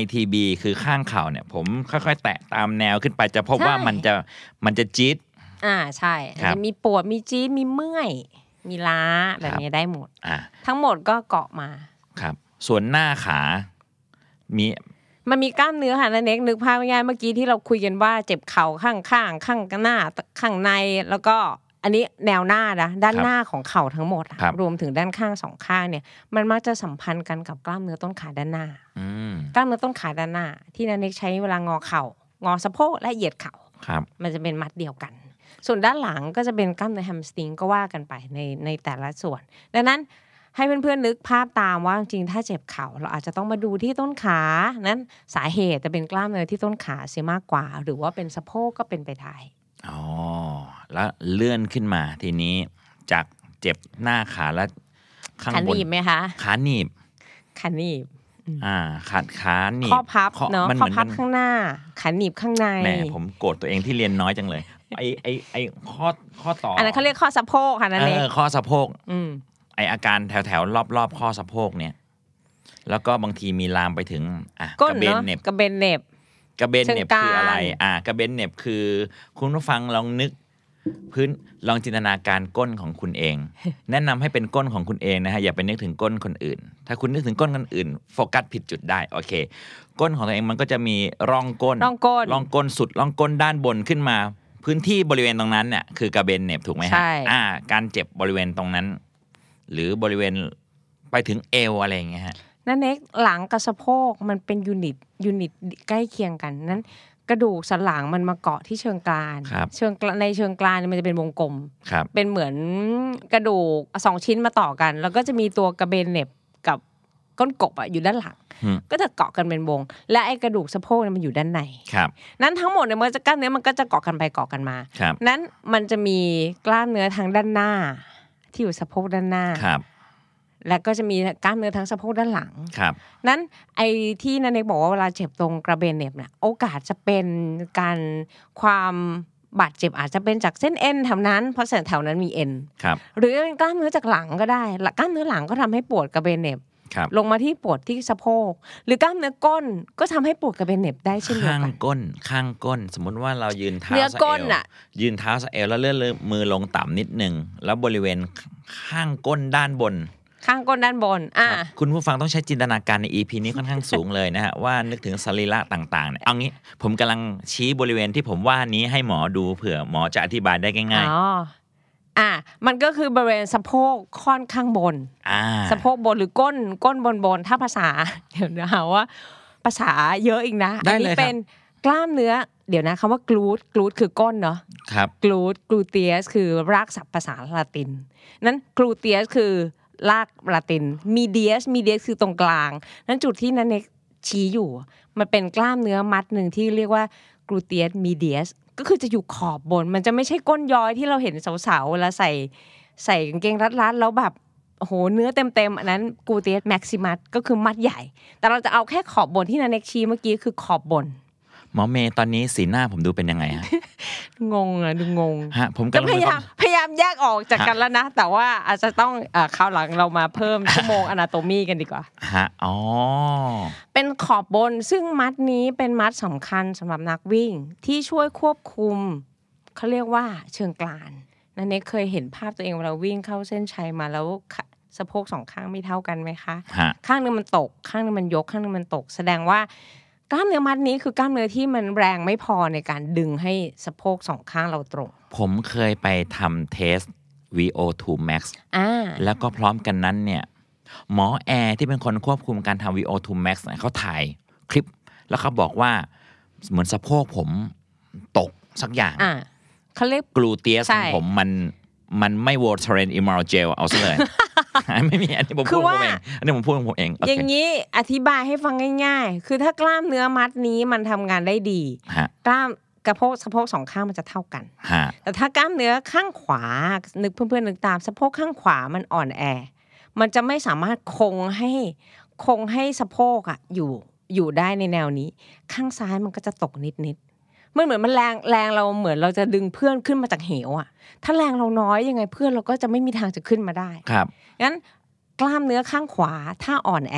C: ITB คือข้างเข่าเนี่ย ผมค่อยๆ แตะตามแนวขึ้นไปจะพบว่า
D: ใช่
C: มันจะมันจะจี๊ด
D: อ่าใช่
C: ครับ
D: อันนี้มีปวดมีจี๊ดมีเมื่อย มีล้าแบบนี้ได้หมด
C: อ่ะ
D: ทั้งหมดก็เกาะมา
C: ครับ ส่วนหน้าขา มี
D: มันมีกล้ามเนื้อค่ะนันเน็กนึกภาพง่ายๆเมื่อกี้ที่เราคุยกันว่าเจ็บเข่าข้างข้างข้างหน้าข้างในแล้วก็อันนี้แนวหน้านะด้าน
C: ครับ
D: หน้าของเข่าทั้งหมดอะ
C: ครับ
D: รวมถึงด้านข้างสองข้างเนี่ยมันมักจะสัมพันธ์กันกับกล้ามเนื้อต้นขาด้านหน้า
C: อืม
D: กล้ามเนื้อต้นขาด้านหน้า ที่นันเน็กใช้เวลางอเข่างอสะโพกและเหยียดเข่า
C: ครับ
D: มันจะเป็นมัดเดียวกัน ส่วนด้านหลังก็จะเป็นกล้ามเนื้อแฮมสตริงก็ว่ากันไปในในแต่ละส่วน ดังนั้นให้เพื่อนๆนึกภาพตามว่าจริงๆถ้าเจ็บเข่าเราอาจจะต้องมาดูที่ต้นขานั้นสาเหตุจะเป็นกล้ามเนื้อที่ต้นขาเสียมากกว่า หรือว่าเป็นสะโพกก็เป็นไปได้
C: อ๋อ แล้วเลื่อนขึ้นมาทีนี้ จากเจ็บหน้าขาและข้าง
D: ขา
C: บ
D: ห
C: น
D: นีบไหมคะ
C: ขาหนีบ
D: ขาหนีบ
C: อ่าขาดขาหนีบ
D: ข้อพับ
C: ข้
D: เนาะ
C: มัน
D: ข้อ
C: เหมือน
D: พับ
C: มัน
D: ข้างหน้าขาหนีบข้างใน
C: แหมผมโกรธตัวเองที่เรียนน้อยจังเลย ไอไอไอข้อข้อต่อ
D: อั
C: อั
D: นนั้นเขาเรียกข้อสะโพกค่ะนั่น
C: เอ
D: เอง
C: อข้อสะโพก
D: อืม
C: ไออาการแถวแถวรอบรอบๆข้อสะโพกเนี่ย แล้วก็บางทีมีลามไปถึงอ่ะก
D: ก้น
C: ระเบน
D: เนาะ
C: เหน็บ
D: กระเบนเหน็บ
C: กระเบนเหน็บ
D: เชิ
C: คื
D: งกราน
C: ออะไร อ่ะกระเบนเหน็บคือ คุณผู้ฟังลองนึก พื้นลองจินตนาการก้นของคุณเอง แนะนำให้เป็นก้นของคุณเองนะฮะอย่าไปนึกถึงก้นคนอื่น ถ้าคุณนึกถึงก้นคนอื่นโฟกัสผิดจุดได้โอเค ก้นของตัวเองมันก็จะมีร่องก้น
D: ร่องก้น
C: ล่องก้นสุดล่องก้นด้านบนขึ้นมา พื้นที่บริเวณตรงนั้นเนี่ยคือกระเบนเหน็บถูกไหมฮะ
D: ใช่
C: อ่า การเจ็บบริเวณตรงนั้น หรือบริเวณไปถึงเอวอะไรอย่างเงี้ยฮะ
D: นั่นเองหลังกับสะโพกมันเป็นยูนิตยูนิตใกล้เคียงกันนั้น กระดูกสันหลังมันมาเกาะที่เชิงกราน
C: ครับ
D: เชิงกรานในเชิงกรานเนี่ยมันจะเป็นวงกลม
C: ครับ
D: เป็นเหมือนกระดูกสองชิ้นมาต่อกัน แล้วก็จะมีตัวกระเบนเหน็บกับก้นกบอะอยู่ด้านหลัง
C: อืม
D: ก็จะเกาะกันเป็นวง และไอ้กระดูกสะโพกเนี่ยมันอยู่ด้านใน
C: ครับ
D: นั้นทั้งหมดเนี่ยมันจะกล้ามเนื้อมันก็จะเกาะกันไปเกาะกันมา
C: ครับ
D: นั้นมันจะมีกล้ามเนื้อทางด้านหน้า ที่อยู่สะโพกด้านหน้า
C: ครับ
D: และก็จะมีกล้ามเนื้อทั้งสะโพกด้านหลัง
C: ครับ
D: นั้นไอ้ที่นันเอกบอกว่าเวลาเจ็บตรงกระเบนเหน็บเนี่ยโอกาสจะเป็นการความ บาดเจ็บอาจจะเป็นจากเส้นเอ็นแถวนั้น เพราะเส้นแถวนั้นมีเอ็น
C: ครับ
D: หรือเป็นกล้ามเนื้อจากหลังก็ได้ละกล้ามเนื้อหลังก็ทำให้ปวดกระเบนเหน็บ
C: ครับ
D: ลงมาที่ปวดที่สะโพก หรือกล้ามเนื้อก้นก็ทำให้ปวดกระเบนเหน็บได้เช่นเดียว
C: ข้าง
D: กัน
C: ก้นข้างก้น สมมุติว่าเรายืนเท้า
D: เนื้อ
C: สะ
D: ก้น
C: เอว
D: น่ะ
C: ยืนเท้าสะเอวแล้วเลื่อนมือลงต่ำนิดนึงแล้วบริเวณข้างก้นด้านบน
D: ข้างก้นด้านบน อ่า
C: ครับคุณผู้ฟังต้องใช้จินตนาการใน EP นี้ค่อนข้างสูงเลยนะฮะ ว่านึกถึงสรีระต่างๆเนี่ยเอางี้ผมกำลังชี้บริเวณที่ผมว่านี้ให้หมอดูเผื่อหมอจะอธิบายได้ง่าย
D: อ๋อ อ่า มันก็คือบริเวณสะโพกค่อนข้างบน
C: ๆอ่า
D: สะโพกบนหรือก้นก้นบนบนถ้าภาษา เดี๋ยวนะหาว่าภาษาเยอะอีกนะอันี้เป็นกล้ามเนื้อ เดี๋ยวนะคำว่ากรูดกรูดคือก้นเนาะ
C: ครับ
D: กลูตกลูเตียสคือรากศัพท์ภาษาละติน นั้นกลูเตียสคือรากละตินมีเดียสมีเดียสคือตรงกลาง นั้นจุดที่นันเนกชี้อยู่ มันเป็นกล้ามเนื้อมัดหนึ่งที่เรียกว่ากลูเตียสมีเดียสก็คือจะอยู่ขอบบน มันจะไม่ใช่ก้นย้อยที่เราเห็นสาวๆเวลาใส่ใส่กางเกงรัดๆแล้วแบบโอ้โหเนื้อเต็มๆอันนั้นกลูเตียสแม็กซิมัสก็คือมัดใหญ่ แต่เราจะเอาแค่ขอบบนที่นันเนกชี้เมื่อกี้คือขอบบน
C: หมอเมย์ตอนนี้สีหน้าผมดูเป็นยังไงฮะ
D: งงอะดูงง
C: ฮะผม
D: ก็
C: กำลัง
D: พ
C: มีคา
D: ยายาว
C: ม ม
D: พยายามแยกออกจาก
C: ฮะ
D: กันแล้วนะ แต่ว่าอาจจะต้องเอ่อคราวหลังเรามาเพิ่ม ชั่วโมงอนาโตมีกันดีกว่า
C: ฮะอ๋อ
D: เป็นขอบบนซึ่งมัดนี้เป็นมัดสำคัญสำหรับนักวิ่งที่ช่วยควบคุมเขาเรียกว่าเชิงกรานนันเนกเคยเห็นภาพตัวเองเวลาวิ่งเข้าเส้นชัยมาแล้วขาสะโพกสองข้างไม่เท่ากันไหมคะ
C: ฮะ
D: ข้างหนึงมันตก ข้างหนึงมันยก ข้างหนึงมันตก แสดงว่ากล้ามเนื้อมัดนี้คือกล้ามเนื้อที่มันแรงไม่พอในการดึงให้สะโพกสองข้างเราตรง
C: ผมเคยไปทำเทส VO2 max
D: อ่า
C: แล้วก็พร้อมกันนั้นเนี่ยหมอแอร์ที่เป็นคนควบคุมการทำ VO2 max เนี่ยเขาถ่ายคลิป แล้วเขาบอกว่าเหมือนสะโพกผมตกสักอย่าง
D: อ่าเขาเรียก
C: กลูเตียส
D: ใช่
C: ของผมมันมันไม่ w o r l d t e r r a i n immoral gel เอาซะเลย ไม่มีอันนี้ผมพูดของผมเองอันนี้ผมพูดของผมเองโอ
D: อ
C: เค
D: ย่างนี้อธิบายให้ฟังง่าย ๆ คือถ้ากล้ามเนื้อมัดนี้มันทำงานได้ดี
C: ฮะ
D: กล้ามกระโพกสะโพกสองข้างมันจะเท่ากัน
C: ฮะ
D: แต่ถ้ากล้ามเนื้อข้างขวา นึกเพื่อนๆนึกตามสะโพกข้างขวามันอ่อนแอ มันจะไม่สามารถคงให้คงให้สะโพกอะอยู่อยู่ได้ในแนวนี้ ข้างซ้ายมันก็จะตกนิดๆมันเหมือนมันแรงแรงเราเหมือนเราจะดึงเพื่อนขึ้นมาจากเหวอะถ้าแรงเราน้อยยังไงเพื่อนเราก็จะไม่มีทางจะขึ้นมาได้
C: ครับ
D: งั้นกล้ามเนื้อข้างขวาถ้าอ่อนแอ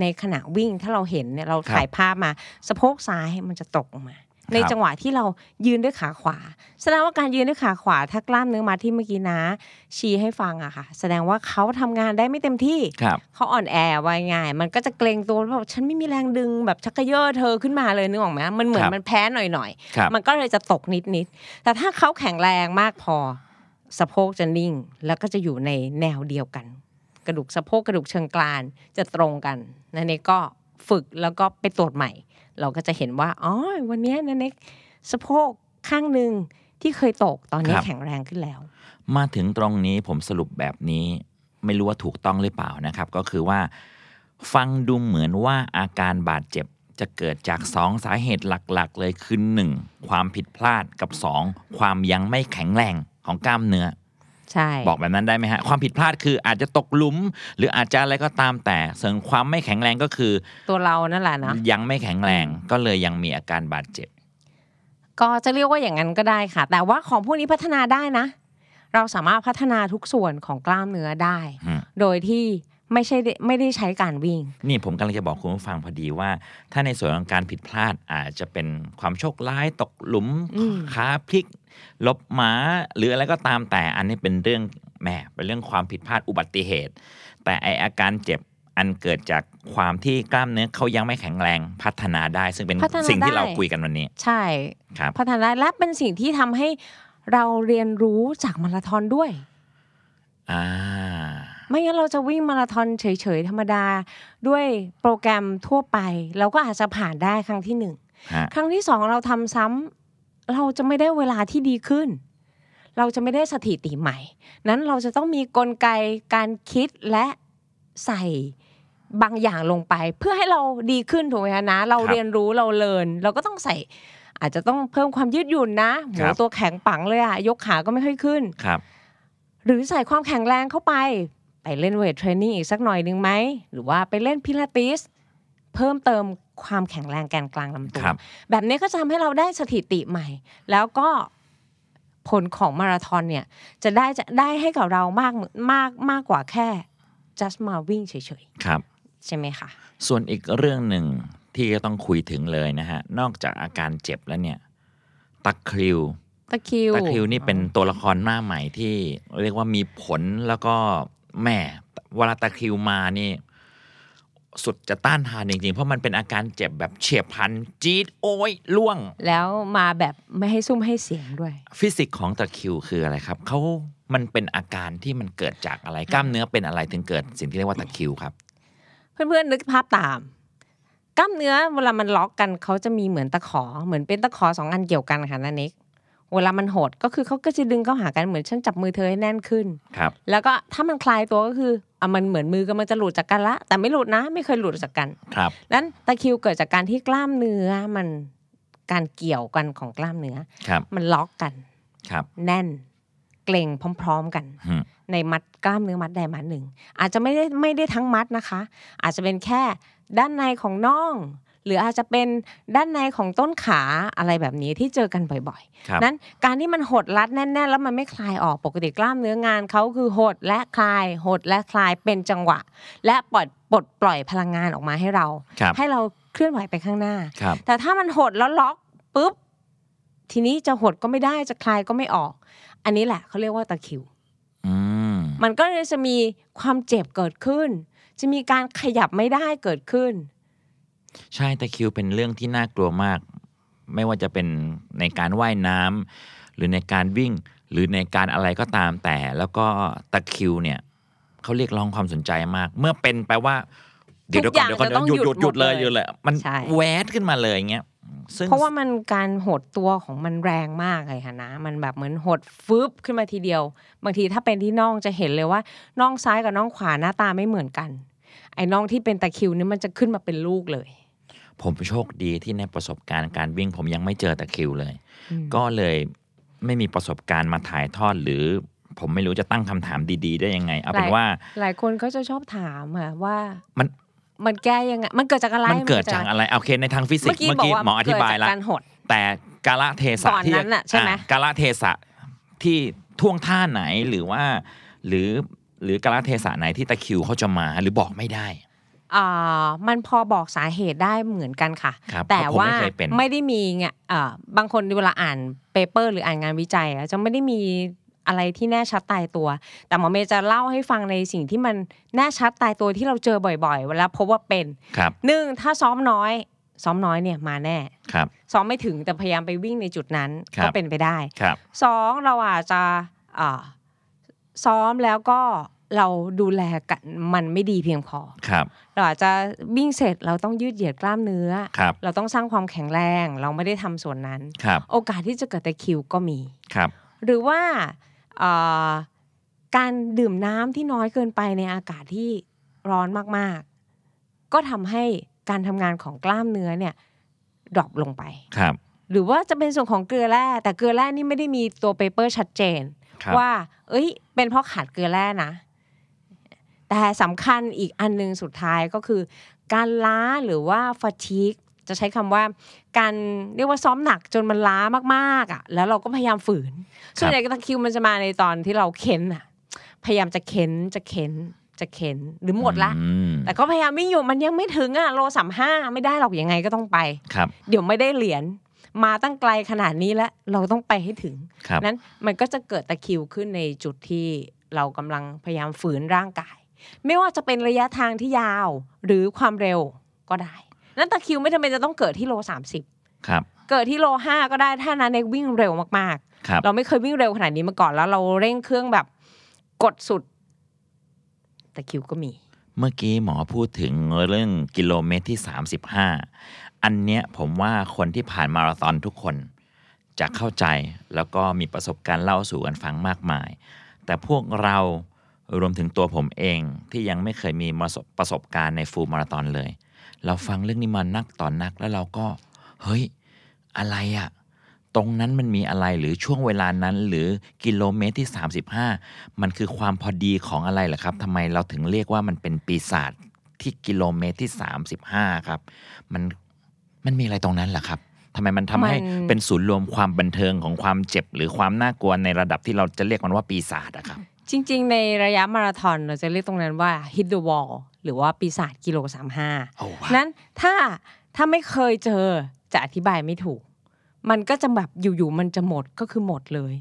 D: ในขณะวิ่งถ้าเราเห็นเนี่ยเรา
C: ครับ
D: ถ่ายภาพมาสะโพกซ้ายมันจะตกลงมา ใน
C: ครับ
D: จังหวะที่เรายืนด้วยขาขวา แสดงว่าการยืนด้วยขาขวา ถ้ากล้ามเนื้อมาที่เมื่อกี้นะ ชี้ให้ฟังอะค่ะ แสดงว่าเขาทำงานได้ไม่เต็มที่
C: ครับ
D: เขาอ่อนแอไว้ง่าย มันก็จะเกรงตัวแบบฉันไม่มีแรงดึงแบบชักกระเยอะเธอขึ้นมาเลยนึกออกไหมมันเหมือนมันแพ้หน่อย
C: ครับ
D: ๆมันก็เลยจะตกนิดๆแต่ถ้าเขาแข็งแรงมากพอ สะโพกจะนิ่ง แล้วก็จะอยู่ในแนวเดียวกัน กระดูกสะโพกกระดูกเชิงกรานจะตรงกันนันเนกก็ฝึกแล้วก็ไปตรวจใหม่ เราก็จะเห็นว่าอ๋อวันเนี้ยนันเนกสะโพกข้างหนึ่งที่เคยตกตอนนี้แข็งแรงขึ้นแล้ว
C: มาถึงตรงนี้ผมสรุปแบบนี้ ไม่รู้ว่าถูกต้องหรือเปล่านะครับ ก็คือว่า ฟังดูเหมือนว่าอาการบาดเจ็บจะเกิดจาก 2 สาเหตุหลัก ๆ เลยคือ 1. ความผิดพลาดกับ 2 ความยังไม่แข็งแรงของกล้ามเนื้อ
D: ใช่
C: บอกแบบนั้นได้ไหมฮะ ความผิดพลาดคืออาจจะตกหลุม หรืออาจจะอะไรก็ตามแต่เสริมความไม่แข็งแรงก็คือ
D: ตัวเรานั่นแหละนะ
C: ยังไม่แข็งแรงก็เลยยังมีอาการบาดเจ็บ
D: ก็จะเรียกว่าอย่างนั้นก็ได้ค่ะ แต่ว่าของพวกนี้พัฒนาได้นะ เราสามารถพัฒนาทุกส่วนของกล้ามเนื้อได้
C: อืม
D: โดยที่ไม่ใช่ได้ไม่ได้ใช้การวิ่ง
C: นี่ผมกำลังจะบอกคุณผู้ฟังพอดีว่า ถ้าในส่วนของการผิดพลาดอาจจะเป็นความโชคร้ายตกหลุม
D: อืม
C: ขาพลิกลบหมาหรืออะไรก็ตามแต่อันนี้เป็นเรื่องแหมเป็นเรื่องความผิดพลาดอุบัติเหตุ แต่ไออาการเจ็บอันเกิดจากความที่กล้ามเนื้อเขายังไม่แข็งแรงพัฒนาได้ ซึ่งเป็น
D: พัฒนา
C: สิ่งที่เรา
D: ได้
C: คุยกันวันนี้
D: ใช่
C: ครับ
D: พัฒนาและเป็นสิ่งที่ทำให้เราเรียนรู้จากมาราธอนด้วย
C: อ่า
D: ไม่งั้นเราจะวิ่งมาราธอนเฉยๆ ธรรมดา ด้วยโปรแกรมทั่วไป เราก็อาจจะผ่านได้ครั้งที่หนึ่ง
C: ฮะ
D: ครั้งที่สองเราทำซ้ำเราจะไม่ได้เวลาที่ดีขึ้น เราจะไม่ได้สถิติใหม่ นั้นเราจะต้องมีกลไกการคิดและใส่บางอย่างลงไป เพื่อให้เราดีขึ้นถูกไหมคะนะ เรา
C: ครับ
D: เรียนรู้เราเรียนเราก็ต้องใส่ อาจจะต้องเพิ่มความยืดหยุ่นนะโห
C: ครับ
D: ตัวแข็งปังเลยอะยกขาก็ไม่ค่อยขึ้น
C: ครับ
D: หรือใส่ความแข็งแรงเข้าไป ไปเล่นเวทเทรนนิ่งอีกสักหน่อยหนึงไหม หรือว่าไปเล่นพิลาติส เพิ่มเติมความแข็งแรงแกนกลางลำตัว
C: ครับ
D: แบบนี้ก็จะทำให้เราได้สถิติใหม่ แล้วก็ ผลของมาราธอนเนี่ยจะได้จะได้ให้กับเรามากมากมากกว่าแค่ just มาวิ่งเฉย
C: ครับ
D: ๆ ใช่ไหมคะ
C: ส่วนอีกเรื่องหนึ่งที่จะต้องคุยถึงเลยนะฮะ นอกจากอาการเจ็บแล้วเนี่ยตะคริว
D: ตะคริว
C: ตะคริวนี่เป็นตัวละครหน้าใหม่ที่เรียกว่ามีผลแล้วก็แหม่เวลาตะคริวมานี่ สุดจะต้านทานจริงๆ เพราะมันเป็นอาการเจ็บแบบเฉียบพลันจี๊ดโอ้ยล่วง
D: แล้วมาแบบไม่ให้ซุ่มให้เสียงด้วย
C: ฟิสิกส์ของตะคริวคืออะไรครับเขามันเป็นอาการที่มันเกิดจากอะไรกล้ามเนื้อเป็นอะไรถึงเกิดสิ่งที่เรียกว่าตะคริวครับ
D: เพื่อนๆนึกภาพตามกล้ามเนื้อเวลามันล็อกกันเขาจะมีเหมือนตะขอ เหมือนเป็นตะขอสองอันเกี่ยวกันค่ะนันเน็กเวลามันหดก็คือเขาก็จะดึงเข้าหากันเหมือนฉันจับมือเธอให้แน่นขึ้น
C: ครับ
D: แล้วก็ถ้ามันคลายตัวก็คืออ่ะมันเหมือนมือก็มันจะหลุดจากกันละ แต่ไม่หลุดนะ ไม่เคยหลุดจากกัน
C: ครับ
D: นั้นตะคริวเกิดจากการที่กล้ามเนื้อมันการเกี่ยวกันของกล้ามเนื้อ
C: ครับ
D: มันล็อกกัน
C: ครับ
D: แน่นเกร็งพร้อม ๆ กัน
C: อืม
D: ในมัดกล้ามเนื้อมัดใดมัดหนึ่ง อาจจะไม่ได้ไม่ได้ทั้งมัดนะคะ อาจจะเป็นแค่ด้านในของน่อง หรืออาจจะเป็นด้านในของต้นขาอะไรแบบนี้ที่เจอกันบ่อย
C: ครับ
D: ๆ นั้นการที่มันหดรัดแน่น ๆ แล้วมันไม่คลายออกปกติกล้ามเนื้องานเขาคือหดและคลายหดและคลายเป็นจังหวะ และปลดปลดปล่อยพลังงานออกมาให้เรา
C: ครับ
D: ให้เราเคลื่อนไหวไปข้างหน้า
C: ครับ
D: แต่ถ้ามันหดแล้วล็อกปุ๊บ ทีนี้จะหดก็ไม่ได้จะคลายก็ไม่ออก อันนี้แหละเขาเรียกว่าตะคริว
C: อืม
D: มันก็เลยจะมีความเจ็บเกิดขึ้น จะมีการขยับไม่ได้เกิดขึ้น
C: ใช่ตะคริวเป็นเรื่องที่น่ากลัวมาก ไม่ว่าจะเป็นในการว่ายน้ำหรือในการวิ่ง หรือในการอะไรก็ตามแต่ แล้วก็ตะคริวเนี่ยเขาเรียกร้องความสนใจมาก เมื่อเป็นแปลว่า เดี๋ยว
D: ทุ
C: เดี๋ยว
D: ก
C: ก่อนเดี๋ยวก่อน
D: อย่างจะต้อง
C: หยุดหยุดหยุดเลย
D: ห
C: ห
D: ยุ
C: ยุ
D: ด
C: ด
D: หมด
C: เลย มัน
D: ใช่
C: แวดขึ้นมาเลยอย่างเงี้ยซึ่ง
D: เพราะว่ามันการหดตัวของมันแรงมากเลยค่ะนะ มันแบบเหมือนหดฟึบขึ้นมาทีเดียว บางทีถ้าเป็นที่น่องจะเห็นเลยว่าน่องซ้ายกับน่องขวาหน้าตาไม่เหมือนกัน ไอ้น่องที่เป็นตะคริวนี่มันจะขึ้นมาเป็นลูกเลย
C: ผมโชคดีที่ในประสบการณ์การวิ่งผมยังไม่เจอตะคริวเลย ก็เลยไม่มีประสบการณ์มาถ่ายทอดหรือ ผมไม่รู้จะตั้งคำถามดี ๆ ได้ยังไง เอาเป็น
D: หลย
C: ว่า
D: หลายคนเขาจะชอบถามอะว่า
C: มัน
D: มันแก้ยังไง มันเกิดจากอะไร
C: มันเกิดจากอะไรโอเคในทางฟิสิก
D: เมื่อ
C: ส์
D: กี้
C: เมื่อบ
D: อ
C: กี้
D: กว่า
C: หมออธิบาย
D: เกิดจ
C: ละ
D: กการหด
C: แต่กาละเทศะ
D: ก่อน
C: ที่
D: นั้นน่ะใช่ไหม
C: อ่กาละเทศะที่ท่วงท่าไหนหรือว่าหรือหรือกาละเทศะไหนที่ตะคริวเขาจะมาหรือบอกไม่ได้
D: อ่ามันพอบอกสาเหตุได้เหมือนกันค่ะ
C: ครับ
D: แต่
C: เพราะผม
D: ว่า
C: ไม่เคยเป็น
D: ไม่ได้มีเงอ่าบางคนเวลาอ่านเปเปอร์ หรืออ่านงานวิจัยอะจะไม่ได้มีอะไรที่แน่ชัดตายตัว แต่หมอเมย์จะเล่าให้ฟังในสิ่งที่มันแน่ชัดตายตัวที่เราเจอบ่อยๆ เวลาพบว่าเป็น
C: ครับ
D: หนึ่งถ้าซ้อมน้อย ซ้อมน้อยเนี่ยมาแน่
C: ครับ
D: ซ้อมไม่ถึงแต่พยายามไปวิ่งในจุดนั้น
C: ครับ
D: ก็เป็นไปได้
C: ครับ
D: สองเราอาจจะอ่าซ้อมแล้วก็เราดูแลกันมันไม่ดีเพียงพอ
C: ครับ
D: เราอาจจะวิ่งเสร็จเราต้องยืดเหยียดกล้ามเนื้อ
C: ครับ
D: เราต้องสร้างความแข็งแรง เราไม่ได้ทำส่วนนั้น
C: ครับ
D: โอกาสที่จะเกิดตะคริวก็มี
C: ครับ
D: หรือว่าอ่าการดื่มน้ำที่น้อยเกินไปในอากาศที่ร้อนมากๆ ก็ทำให้การทำงานของกล้ามเนื้อเนี่ยดรอปลงไป
C: ครับ
D: หรือว่าจะเป็นส่วนของเกลือแร่แต่เกลือแร่นี่ไม่ได้มีตัวเปเปอร์ชัดเจน
C: ครับ
D: ว่า เอ้ย เป็นเพราะขาดเกลือแร่นะ แต่สำคัญอีกอันหนึงสุดท้ายก็คือ การล้าหรือว่า fatigue จะใช้คำว่า การเรียกว่าซ้อมหนักจนมันล้ามากๆอ่ะ แล้วเราก็พยายามฝืน ส่วนใหญ่ตะคริวมันจะมาในตอนที่เราเค้นอ่ะ พยายามจะเค้น จะเค้น จะเค้น หรือหมดละ
C: อืม
D: แต่ก็พยายามวิ่งอยู่มันยังไม่ถึงอ่ะ โลสามห้าไม่ได้หรอกยังไงก็ต้องไป
C: ครับ
D: เดี๋ยวไม่ได้เหรียญมาตั้งไกลขนาดนี้แล้วเราต้องไปให้ถึง
C: ครับ
D: นั้นมันก็จะเกิดตะคริวขึ้นในจุดที่เรากำลังพยายามฝืนร่างกาย ไม่ว่าจะเป็นระยะทางที่ยาวหรือความเร็วก็ได้ นั้นตะคริวไม่จำเป็นจะต้องเกิดที่โล 30
C: ครับ
D: เกิดที่โล 5 ก็ได้ถ้านั้นเอกวิ่งเร็วมาก
C: ครับ
D: ๆ เราไม่เคยวิ่งเร็วขนาดนี้มาก่อนแล้วเราเร่งเครื่องแบบกดสุดตะคริวก็มี
C: เมื่อกี้หมอพูดถึงเรื่องกิโลเมตรที่ 35 อันเนี้ยผมว่าคนที่ผ่านมาราธอนทุกคนจะเข้าใจแล้วก็มีประสบการณ์เล่าสู่กันฟังมากมาย แต่พวกเรารวมถึงตัวผมเองที่ยังไม่เคยมีประสบประสบการณ์ในฟูลมาราธอนเลย เราฟังเรื่องนี้มานักต่อนนักแล้วเราก็ เฮ้ย อะไรอะตรงนั้นมันมีอะไรหรือช่วงเวลานั้นหรือกิโลเมตรที่ 35 มันคือความพอดีของอะไรเหรอครับทำไมเราถึงเรียกว่ามันเป็นปีศาจที่กิโลเมตรที่ 35 ครับ มันมันมีอะไรตรงนั้นเหรอครับ ทำไมมันทำให้
D: มัน
C: เป็นศูนย์รวมความบันเทิงของความเจ็บ หรือความน่ากลัวในระดับที่เราจะเรียกมันว่าปีศาจอะครับ
D: จริง ๆ ในระยะมาราธอนเราจะเรียกตรงนั้นว่า hit the wall หรือว่าปีศาจกิโล
C: โอ้ว้าว
D: 35 นั้นถ้าถ้าไม่เคยเจอจะอธิบายไม่ถูก มันก็จะแบบอยู่ๆมันจะหมดก็คือหมดเลย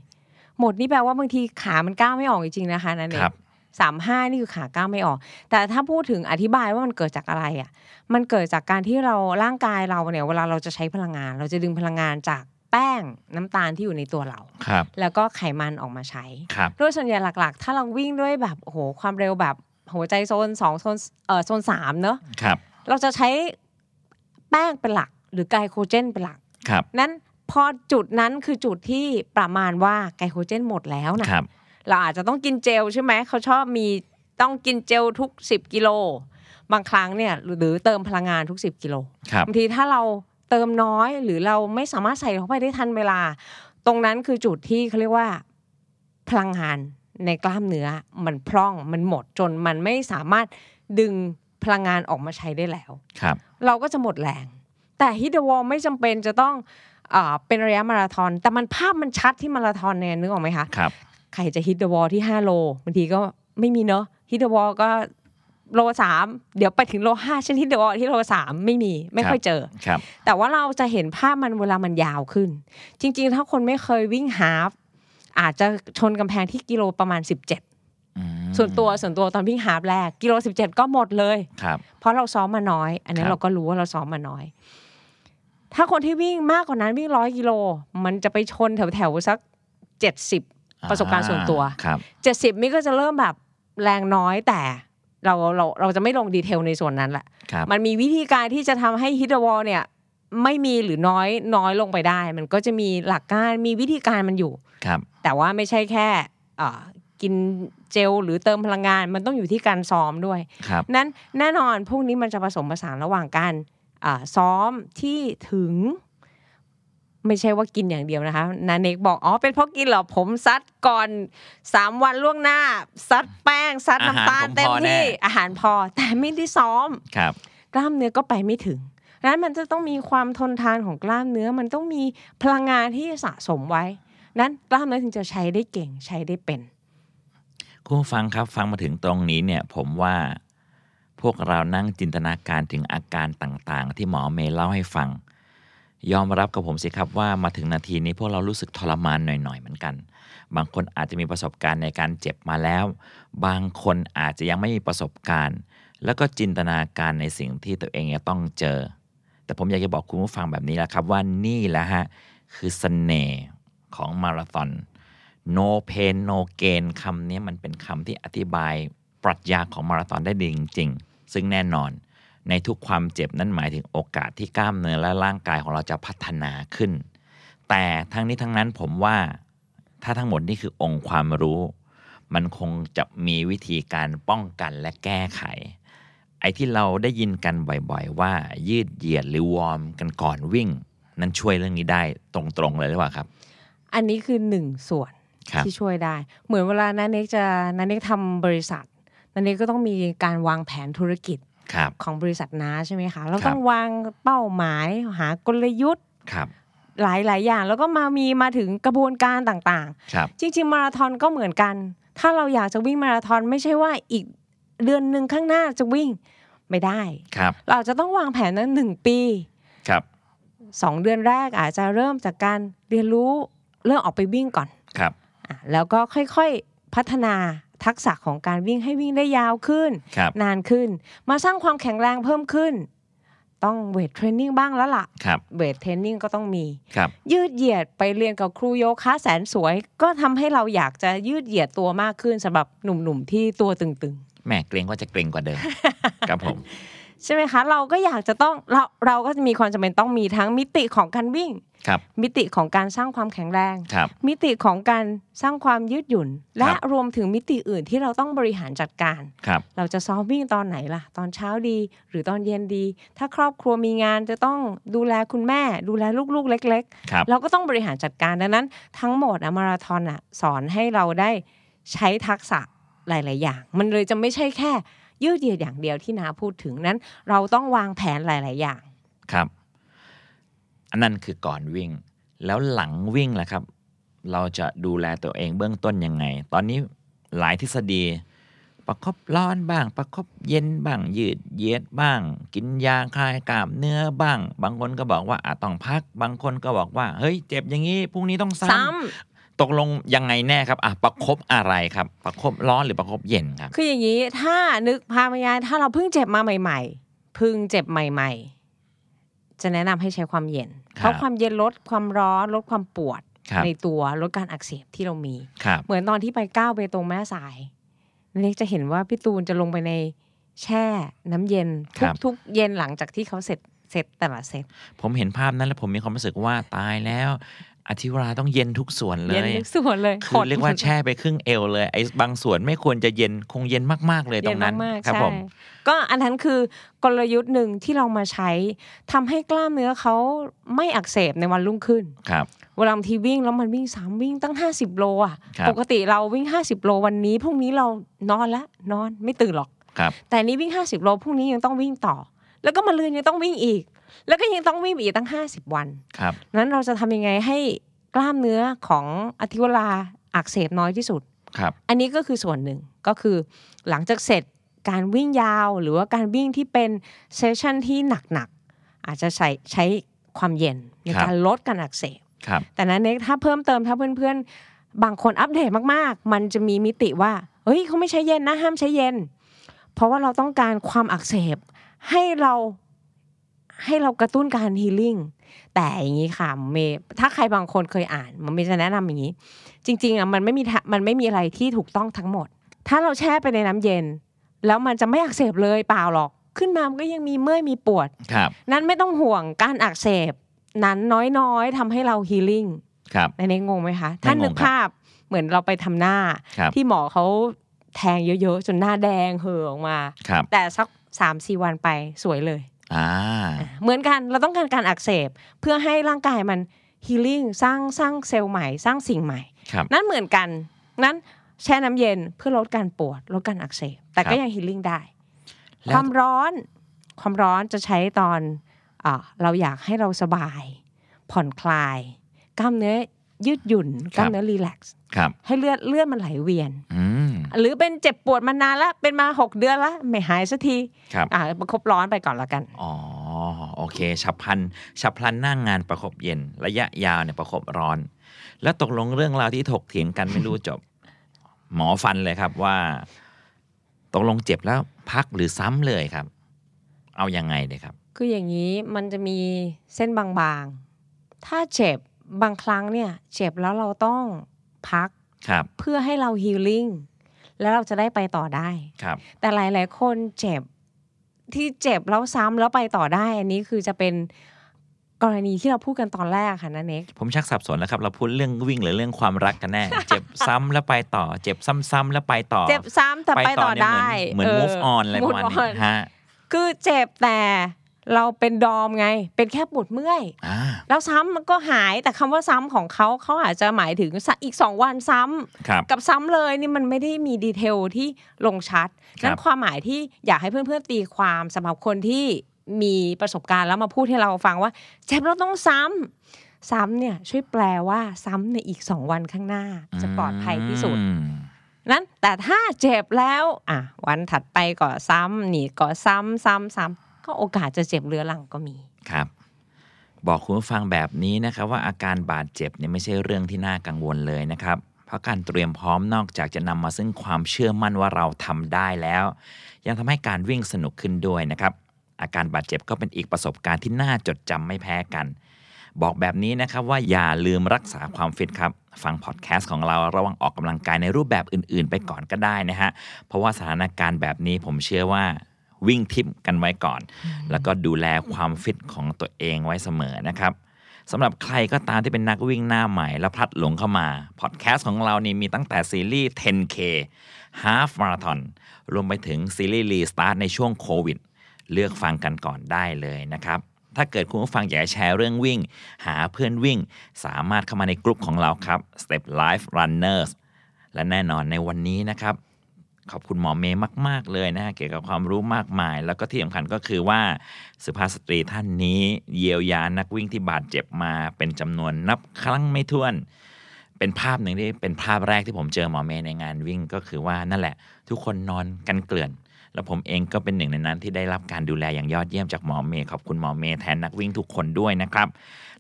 D: หมดนี่แปลว่าบางทีขามันก้าวไม่ออกจริงๆนะคะนั่นเอง
C: ครับ
D: สามห้านี่คือขาก้าวไม่ออก แต่ถ้าพูดถึงอธิบายว่ามันเกิดจากอะไรอ่ะ มันเกิดจากการที่เราร่างกายเราเนี่ยเวลาเราจะใช้พลังงาน เราจะดึงพลังงานจากแป้งน้ำตาลที่อยู่ในตัวเรา
C: ครับ
D: แล้วก็ไขมันออกมาใช้
C: ครับ
D: โดยส่วนใหญ่หลักๆ ถ้าเราวิ่งด้วยแบบโอ้โหความเร็วแบบหัวใจโซน2โซนเอ่อโซน3เนอะ
C: ครับ
D: เราจะใช้แป้งเป็นหลักหรือไกลโคเจนเป็นหลัก
C: ครับ
D: นั้นพอจุดนั้นคือจุดที่ประมาณว่าไกลโคเจนหมดแล้วนะครับ เราอาจจะต้องกินเจลใช่ไหมเขาชอบมีต้องกินเจลทุก 10 กิโล บางครั้งเนี่ยหรือเติมพลังงานทุก 10 กิโล
C: ครับ
D: บางทีถ้าเราเติมน้อยหรือเราไม่สามารถใส่เข้าไปได้ทันเวลา ตรงนั้นคือจุดที่เขาเรียกว่าพลังงานในกล้ามเนื้อมันพร่องมันหมดจนมันไม่สามารถดึงพลังงานออกมาใช้ได้แล้ว
C: ครับ
D: เราก็จะหมดแรง แต่ฮิตเดอะวอลไม่จำเป็นจะต้องเอ่อเป็นระยะมาราธอน แต่มันภาพมันชัดที่มาราธอนเนี่ยนึกออกไหมคะ
C: ครับ
D: ใครจะฮิตเดอะวอลที่ 5 โลบางทีก็ไม่มีเนาะฮิตเดอะวอลก็โลสามเดี๋ยวไปถึงโลห้าฉันฮิตเดอะวอลที่โลสามไม่มีไม่ค่อยเจอ
C: ครับ
D: แต่ว่าเราจะเห็นภาพมันเวลามันยาวขึ้น จริง ๆ ถ้าคนไม่เคยวิ่งฮาฟอาจจะชนกำแพงที่กิโลประมาณ 17
C: อืม
D: ส่วนตัวส่วนตัวตอนวิ่งฮาฟแรกกิโล 17 ก็หมดเลย
C: ครับ
D: เพราะเราซ้อมมาน้อย อันนี้
C: ครับ
D: เราก็รู้ว่าเราซ้อมมาน้อย ถ้าคนที่วิ่งมากกว่านั้นวิ่งร้อยกิโล มันจะไปชนแถวๆสัก 70 ประสบการณ์ส่วนตัว
C: ครับ
D: 70นี่ก็จะเริ่มแบบแรงน้อยแต่เราเราเราจะไม่ลงดีเทลในส่วนนั้นแหละ
C: ครับ
D: มันมีวิธีการที่จะทำให้ฮิตวอลเนี่ยไม่มีหรือน้อยน้อยลงไปได้ มันก็จะมีหลักการมีวิธีการมันอยู่
C: ครับ
D: แต่ว่าไม่ใช่แค่เอ่อกินเจลหรือเติมพลังงาน มันต้องอยู่ที่การซ้อมด้วย
C: ครับ
D: นั้นแน่นอนพวกนี้มันจะผสมผสานระหว่างการอ่าซ้อมที่ถึง ไม่ใช่ว่ากินอย่างเดียวนะคะนาเนกบอกอ๋อเป็นเพราะกินเหรอผมซัดก่อน 3 วันล่วงหน้า ซัดแป้ง ซัดน้ำตา
C: อาหา
D: ล
C: รผม
D: เต็ม
C: พอแน่
D: ที่อาหารพอแต่ไม่ได้ซ้อม
C: ครับ
D: กล้ามเนื้อก็ไปไม่ถึงดังนั้นมันจะต้องมีความทนทานของกล้ามเนื้อ มันต้องมีพลังงานที่สะสมไว้ นั้นกล้ามเนื้อถึงจะใช้ได้เก่งใช้ได้เป็น
C: คุณผู้ฟังครับฟังมาถึงตรงนี้เนี่ยผมว่าพวกเรานั่งจินตนาการถึงอาการต่างๆ ที่หมอเมย์เล่าให้ฟัง ยอมรับกับผมสิครับว่ามาถึงนาทีนี้พวกเรารู้สึกทรมานหน่อยๆเหมือนกัน บางคนอาจจะมีประสบการณ์ในการเจ็บมาแล้ว บางคนอาจจะยังไม่มีประสบการณ์ แล้วก็จินตนาการในสิ่งที่ตัวเองจะต้องเจอ แต่ผมอยากจะบอกคุณผู้ฟังแบบนี้แหละครับว่านี่แหละฮะคือเสน่ห์ของมาราธอน no pain no gain คำนี้มันเป็นคำที่อธิบายปรัชญาของมาราธอนได้ดีจริง ๆ ซึ่งแน่นอน ในทุกความเจ็บนั้นหมายถึงโอกาสที่กล้ามเนื้อและร่างกายของเราจะพัฒนาขึ้น แต่ทั้งนี้ทั้งนั้นผมว่าถ้าทั้งหมดนี่คือองค์ความรู้ มันคงจะมีวิธีการป้องกันและแก้ไข ไอ้ที่เราได้ยินกันบ่อยๆ ว่ายืดเหยียดหรือวอร์มกันก่อนวิ่ง นั้นช่วยเรื่องนี้ได้ตรงๆเลยหรือเปล่าครับ
D: อันนี้คือหนึ่งส่วน
C: ครับ
D: ที่ช่วยได้ เหมือนเวลานันเนกจะนันเนกทำบริษัทนันเนกก็ต้องมีการวางแผนธุรกิจ
C: ครับ
D: ของบริษัทน้าใช่ไหมคะแล้ว
C: ครับ
D: ต้องวางเป้าหมายหากลยุทธ์
C: ครับ
D: หลายๆ อย่าง แล้วก็มามีมาถึงกระบวนการต่าง
C: ครับ
D: ๆ จริง ๆ มาราธอนก็เหมือนกัน ถ้าเราอยากจะวิ่งมาราธอนไม่ใช่ว่าอีกเดือนหนึ่งข้างหน้าจะวิ่งไม่ได้
C: ครับ
D: เราจะต้องวางแผนนั้นหนึ่งปี
C: ครับ
D: 2 เดือนแรกอาจจะเริ่มจากการเรียนรู้เรื่องออกไปวิ่งก่อน
C: ครับ
D: อ่ะแล้วก็ค่อยๆพัฒนาทักษะของการวิ่งให้วิ่งได้ยาวขึ้น
C: ครับ
D: นานขึ้น มาสร้างความแข็งแรงเพิ่มขึ้น ต้องเวทเทรนนิ่งบ้างแล้วล่ะ
C: ครับ
D: เวทเทรนนิ่งก็ต้องมี
C: ครับ
D: ยืดเหยียดไปเรียนกับครูโยคะแสนสวย ก็ทำให้เราอยากจะยืดเหยียดตัวมากขึ้นสำหรับหนุ่มๆที่ตัวตึง
C: แหมเกรงว่าจะเกรงกว่าเดิม ครับผม
D: ๆ ใช่ไหมคะ เราก็อยากจะต้องเราเราก็จะมีความจำเป็นต้องมีทั้งมิติของการวิ่ง
C: ครับ
D: มิติของการสร้างความแข็งแรง
C: ครับ
D: มิติของการสร้างความยืดหยุ่น และ
C: ครับ
D: รวมถึงมิติอื่นที่เราต้องบริหารจัดการ
C: ครับ
D: เราจะซ้อมวิ่งตอนไหนล่ะ ตอนเช้าดี หรือตอนเย็นดี ถ้าครอบครัวมีงานจะต้องดูแลคุณแม่ ดูแลลูกๆ เล็ก
C: ครับ
D: ๆ เราก็ต้องบริหารจัดการดังนั้น ทั้งหมดอะมาราธอนอะสอนให้เราได้ใช้ทักษะหลาย ๆ อย่าง มันเลยจะไม่ใช่แค่ ยืดเยื้ออย่างเดียวที่นาพูดถึงนั้น เราต้องวางแผนหลาย ๆ อย่าง
C: ครับ อันนั้นคือก่อนวิ่ง แล้วหลังวิ่งล่ะครับ เราจะดูแลตัวเองเบื้องต้นยังไง ตอนนี้หลายทฤษฎี ประคบร้อนบ้าง ประคบเย็นบ้าง ยืดเย็ดบ้าง กินยาคลายกล้ามเนื้อบ้าง บางคนก็บอกว่าอาจต้องพัก บางคนก็บอกว่า เฮ้ย เจ็บอย่างนี้พรุ่งนี้ต้องซ้
D: ซ้ำ
C: ำตกลงยังไงแน่ครับอ่ะประคบอะไรครับ ประคบร้อนหรือประคบเย็นครับ
D: คืออย่างนี้ถ้านึกภาพไม่ยากถ้าเราเพิ่งเจ็บมาใหม่ ๆ เพิ่งเจ็บใหม่ ๆ จะแนะนำให้ใช้ความเย็น
C: ครับ
D: เพราะความเย็นลดความร้อนลดความปวด
C: ครับ
D: ในตัวลดการอักเสบที่เรามี
C: ครับ
D: เหมือนตอนที่ไปก้าวไปตรงแม่สายเล็กจะเห็นว่าพี่ตูนจะลงไปในแช่น้ำเย็น
C: ครั
D: ทุก
C: บ
D: ทุกเย็นหลังจากที่เขาเสร็จเสร็จแต่ละเซต
C: ผมเห็นภาพนั้นแล้วผมมีความรู้สึกว่าตายแล้ว อธิวราต้องเย็นทุกส่วนเล
D: เย็น
C: ย
D: ทุกส่วนเลย
C: คือเรียกว่า
D: ขด
C: แช่ไปครึ่งเอวเลยไอ้บางส่วนไม่ควรจะเย็นคงเย็นมากๆเลยตรงนั้น
D: เย็มากๆ
C: ครับ
D: ใช่
C: ผม
D: ก็อันนั้นคือกลยุทธ์หนึ่งที่เรามาใช้ทำให้กล้ามเนื้อเขาไม่อักเสบในวันรุ่งขึ้น
C: ครับ
D: เวลาบางทีวิ่งแล้วมันวิ่งสามวิ่งตั้ง 50 โลอ่ะ
C: ครับ
D: ปกติเราวิ่ง 50 โลวันนี้พรุ่งนี้เรานอนละนอนไม่ตื่นหรอก
C: ครับ
D: แต่อันนี้วิ่ง 50 โลพรุ่งนี้ยังต้องวิ่งต่อ แล้วก็มาลืนยังต้องวิ่งอีก แล้วก็ยังต้องวิ่งอีกตั้ง 50 วัน
C: ครับ
D: นั้นเราจะทำยังไงให้กล้ามเนื้อของอธิวราอักเสบน้อยที่สุด
C: ครับ
D: อันนี้ก็คือส่วนหนึ่งก็คือหลังจากเสร็จการวิ่งยาวหรือว่าการวิ่งที่เป็นเซสชันที่หนักๆ อาจจะใช้ใช้ความเย็นใน
C: ครับ
D: การลดการอักเสบ
C: ครับ
D: แต่นั้นเนยถ้าเพิ่มเติมถ้าเพื่อนๆ บางคนอัปเดตมากๆ มันจะมีมิติว่าเฮ้ยเขาไม่ใช้เย็นนะห้ามใช้เย็น เพราะว่าเราต้องการความอักเสบให้เราให้เรากระตุ้นการฮีลิ่งแต่อย่างนี้ค่ะเมย์ถ้าใครบางคนเคยอ่านมันเมย์จะแนะนำอย่างนี้ จริงๆอ่ะมันไม่มีทะมันไม่มีอะไรที่ถูกต้องทั้งหมด ถ้าเราแช่ไปในน้ำเย็น แล้วมันจะไม่อักเสบเลยเปล่าหรอก ขึ้นมามันก็ยังมีเมื่อยมีปวด
C: ครับ
D: นั้นไม่ต้องห่วงการอักเสบ นั้นน้อยๆทำให้เราฮีลิ่ง
C: ครับ
D: ในในงงไหมคะถ้านึกภาพเหมือนเราไปทำหน้า
C: ครับ
D: ที่หมอเขาแทงเยอะๆ จนหน้าแดงเห่อออกมา
C: ครับ
D: แต่สัก3ามสี่วันไปสวยเลย
C: อ่า
D: เหมือนกันเราต้องการการอักเสบเพื่อให้ร่างกายมันฮีลิ่งสร้างสร้างเซลล์ใหม่สร้างสิ่งใหม่
C: ครับ
D: นั่นเหมือนกัน นั้นแช่น้ำเย็นเพื่อลดการปวด ลดการอักเสบ แต่
C: ครั
D: ก็
C: บ
D: ยังฮีลลิ่งได้
C: แล้ว
D: ความร้อน ความร้อนจะใช้ตอนอาเราอยากให้เราสบาย ผ่อนคลาย กล้ามเนื้อยืดหยุ่น กล้ามเนื้อรีแลกซ์
C: ครับ
D: ให้เลือดเลือดมันไหลเวียน
C: อืม
D: หรือเป็นเจ็บปวดมานานละเป็นมา 6 เดือนละไม่หายสักที
C: ครับ
D: อ่าประคบร้อนไปก่อนละกัน
C: อ๋อ โอเค ฉับพลัน ฉับพลันหน้างงานประคบเย็น ระยะยาวเนี่ยประคบร้อน แล้วตกลงเรื่องราวที่ถกเถียงกันไม่รู้จบ หมอฟันเลยครับว่า ตกลงเจ็บแล้วพักหรือซ้ำเลยครับ เอายังไงเลยครับ
D: คืออย่างนี้มันจะมีเส้นบางๆ ถ้าเจ็บบางครั้งเนี่ยเจ็บแล้วเราต้องพัก
C: ครับ
D: เพื่อให้เราฮีลิ่งแล้วเราจะได้ไปต่อได้
C: ครับ
D: แต่หลาย ๆ คนเจ็บที่เจ็บแล้วซ้ำแล้วไปต่อได้ อันนี้คือจะเป็นกรณีที่เราพูดกันตอนแรกค่ะนะเน็ก
C: ผมชักสับสนแล้วครับ เราพูดเรื่องวิ่งหรือเรื่องความรัก กันแน่ เจ็บซ้ำแล้วไปต่อ เจ็บซ้ำๆแล้วไปต่อ
D: เจ็บซ้ำแต่ไปต่อได้
C: เนี่ยเหมือนเหมือน move on อะไรประมาณนี้ฮะ
D: คือเจ็บแต่เราเป็นดอมไง เป็นแค่ปวดเมื่อย
C: อ่า
D: แล้วซ้ำมันก็หายแต่คำว่าซ้ำของเขาเขาอาจจะหมายถึงสะอีกสองวันซ้ำ
C: ครับ
D: กับซ้ำเลยนี่มันไม่ได้มีดีเทลที่ลงชัด
C: ครับ
D: นั่นความหมายที่อยากให้เพื่อนๆตีความสำหรับคนที่มีประสบการณ์แล้วมาพูดให้เราฟังว่าเจ็บเราต้องซ้ำซ้ำเนี่ยช่วยแปลว่าซ้ำในอีก 2 วันข้างหน้า จะปลอดภัยที่สุด
C: อืม
D: นั้นแต่ถ้าเจ็บแล้วอ่ะวันถัดไปก็ซ้ำหนีก็ซ้ำซ้ำซ้ำก็โอกาสจะเจ็บเรื้อรังก็มี
C: ครับ บอกคุณผู้ฟังแบบนี้นะครับ ว่าอาการบาดเจ็บเนี่ยไม่ใช่เรื่องที่น่ากังวลเลยนะครับ เพราะการเตรียมพร้อมนอกจากจะนำมาซึ่งความเชื่อมั่นว่าเราทำได้แล้ว ยังทำให้การวิ่งสนุกขึ้นด้วยนะครับ อาการบาดเจ็บก็เป็นอีกประสบการณ์ที่น่าจดจำไม่แพ้กัน บอกแบบนี้นะครับว่าอย่าลืมรักษาความฟิตครับ ฟังพอดแคสต์ของเราระหว่างออกกำลังกายในรูปแบบอื่นๆ ไปก่อนก็ได้นะฮะ เพราะว่าสถานการณ์แบบนี้ผมเชื่อว่าวิ่งทิปกันไว้ก่อน แล้วก็ดูแลความฟิตของตัวเองไว้เสมอนะครับสำหรับใครก็ตามที่เป็นนักวิ่งหน้าใหม่ แล้วพลัดหลงเข้ามาพอดแคสต์ของเรานี่มีตั้งแต่ซีรีส์ 10K Half Marathon รวมไปถึงซีรีส์รีสตาร์ทในช่วงโควิด เลือกฟังกันก่อนได้เลยนะครับ ถ้าเกิดคุณผู้ฟังอยากจะแชร์เรื่องวิ่ง หาเพื่อนวิ่ง สามารถเข้ามาในกลุ่มของเราครับ Step Life Runners และแน่นอนในวันนี้นะครับ ขอบคุณหมอเมย์มาก ๆ เลยนะฮะเกี่ยวกับความรู้มากมาย แล้วก็ที่สำคัญก็คือว่าสุภาพสตรีท่านนี้เยียวยานักวิ่งที่บาดเจ็บมาเป็นจำนวนนับครั้งไม่ถ้วน เป็นภาพหนึ่งที่เป็นภาพแรกที่ผมเจอหมอเมย์ในงานวิ่งก็คือว่านั่นแหละ ทุกคนนอนกันเกลื่อน แล้วผมเองก็เป็นหนึ่งในนั้นที่ได้รับการดูแลอย่างยอดเยี่ยมจากหมอเมย์ขอบคุณหมอเมย์แทนนักวิ่งทุกคนด้วยนะครับ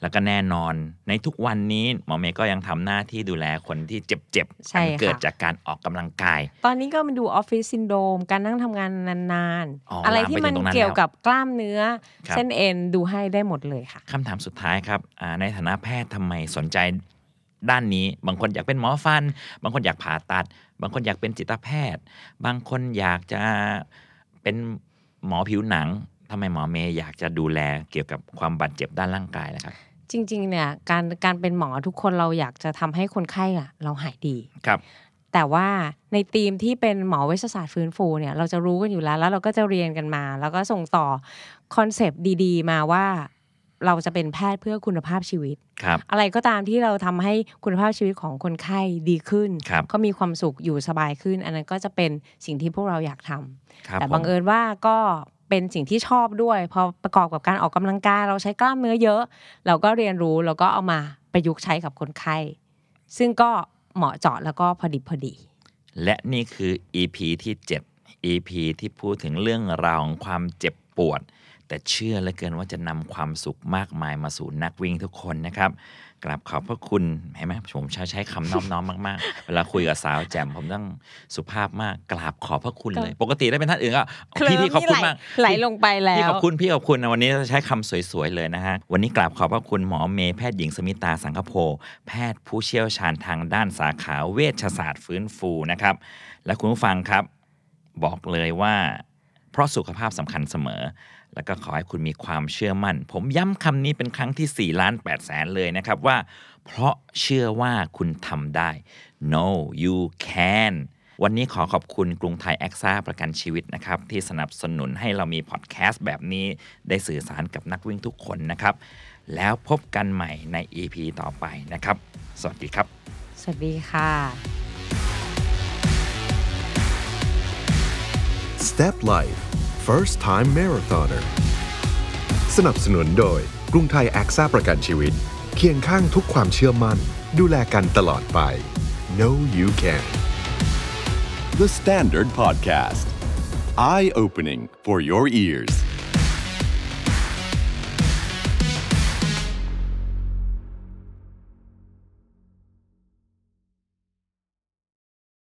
C: แล้วก็แน่นอนในทุกวันนี้หมอเมย์ก็ยังทำหน้าที่ดูแลคนที่เจ็บๆ
D: ใช่
C: อั
D: ค่ะ
C: นเกิดจากการออกกำลังกาย
D: ตอนนี้ก็มาดูออฟฟิศซินโดรมการนั่งทำงานนาน
C: อ๋ออ
D: ๆ อะไรที่มันเกี่ยวกับกล้ามเนื้อ
C: ครับ
D: เส้นเอ็นดูให้ได้หมดเลยค่ะ
C: คำถามสุดท้ายครับอ่าในฐานะแพทย์ทำไมสนใจด้านนี้ บางคนอยากเป็นหมอฟัน บางคนอยากผ่าตัด บางคนอยากเป็นจิตแพทย์ บางคนอยากจะเป็นหมอผิวหนังทำไมหมอเมย์อยากจะดูแลเกี่ยวกับความบาดเจ็บด้านร่างกายนะครับ
D: จริงๆเนี่ยการการเป็นหมอทุกคนเราอยากจะทำให้คนไข้อะเราหายดี
C: ครับ
D: แต่ว่าในทีมที่เป็นหมอเวชศาสตร์ฟื้นฟูเนี่ยเราจะรู้กันอยู่แล้ว แล้วเราก็จะเรียนกันมา แล้วก็ส่งต่อคอนเซปต์ดีๆ มาว่าเราจะเป็นแพทย์เพื่อคุณภาพชีวิต
C: ครับ
D: อะไรก็ตามที่เราทำให้คุณภาพชีวิตของคนไข้ดีขึ้น
C: ครับ
D: เขามีความสุขอยู่สบายขึ้น อันนั้นก็จะเป็นสิ่งที่พวกเราอยากทำ
C: ครับ
D: แต่บัง
C: ผม
D: เอิญว่าก็เป็นสิ่งที่ชอบด้วย พอประกอบกับการออกกำลังกายเราใช้กล้ามเนื้อเยอะ เราก็เรียนรู้แล้วก็เอามาประยุกต์ใช้กับคนไข้ซึ่งก็เหมาะเจาะแล้วก็พอดีพอดี
C: และนี่คือ EP ที่ 7 EP ที่พูดถึงเรื่องราวของความเจ็บปวด แต่เชื่อเหลือเกินว่าจะนำความสุขมากมายมาสู่นักวิ่งทุกคนนะครับกราบขอบพระคุณเห็นไหมผมใช้ใช้คำน้อมน้อมๆมากๆ เวลาคุยกับสาวแจ่มผมต้องสุภาพมากกราบขอบพระคุณเลย ปกติได้เป็นท่านอื่นก็พี่พี่ขอบคุณมาก
D: ไหลลงไปแล้ว
C: พี่ขอบคุณพี่ขอบคุณนะวันนี้จะใช้คำสวยๆเลยนะฮะ วันนี้กราบขอบพระคุณหมอเมย์แพทย์หญิงสมิตาสังคโพแพทย์ผู้เชี่ยวชาญทางด้านสาขาเวชศาสตร์ฟื้นฟูนะครับ และคุณผู้ฟังครับ บอกเลยว่า เพราะสุขภาพสำคัญเสมอ แล้วก็ขอให้คุณมีความเชื่อมั่น ผมย้ำคำนี้เป็นครั้งที่ 4 ล้าน8แสนเลยนะครับว่า เพราะเชื่อว่าคุณทำได้ no you can วันนี้ขอขอบคุณกรุงไทยแอคซ่าประกันชีวิตนะครับ ที่สนับสนุนให้เรามีพอดแคสต์แบบนี้ได้สื่อสารกับนักวิ่งทุกคนนะครับ แล้วพบกันใหม่ใน EP ต่อไปนะครับ สวัสดีครับ
D: สวัสดีค่ะ
B: Step Life First Time Marathoner สนับสนุนโดยกรุงไทยแอคซ่าประกันชีวิต เคียงข้างทุกความเชื่อมั่น ดูแลกันตลอดไป No you can
A: The Standard Podcast. Eye opening for your ears.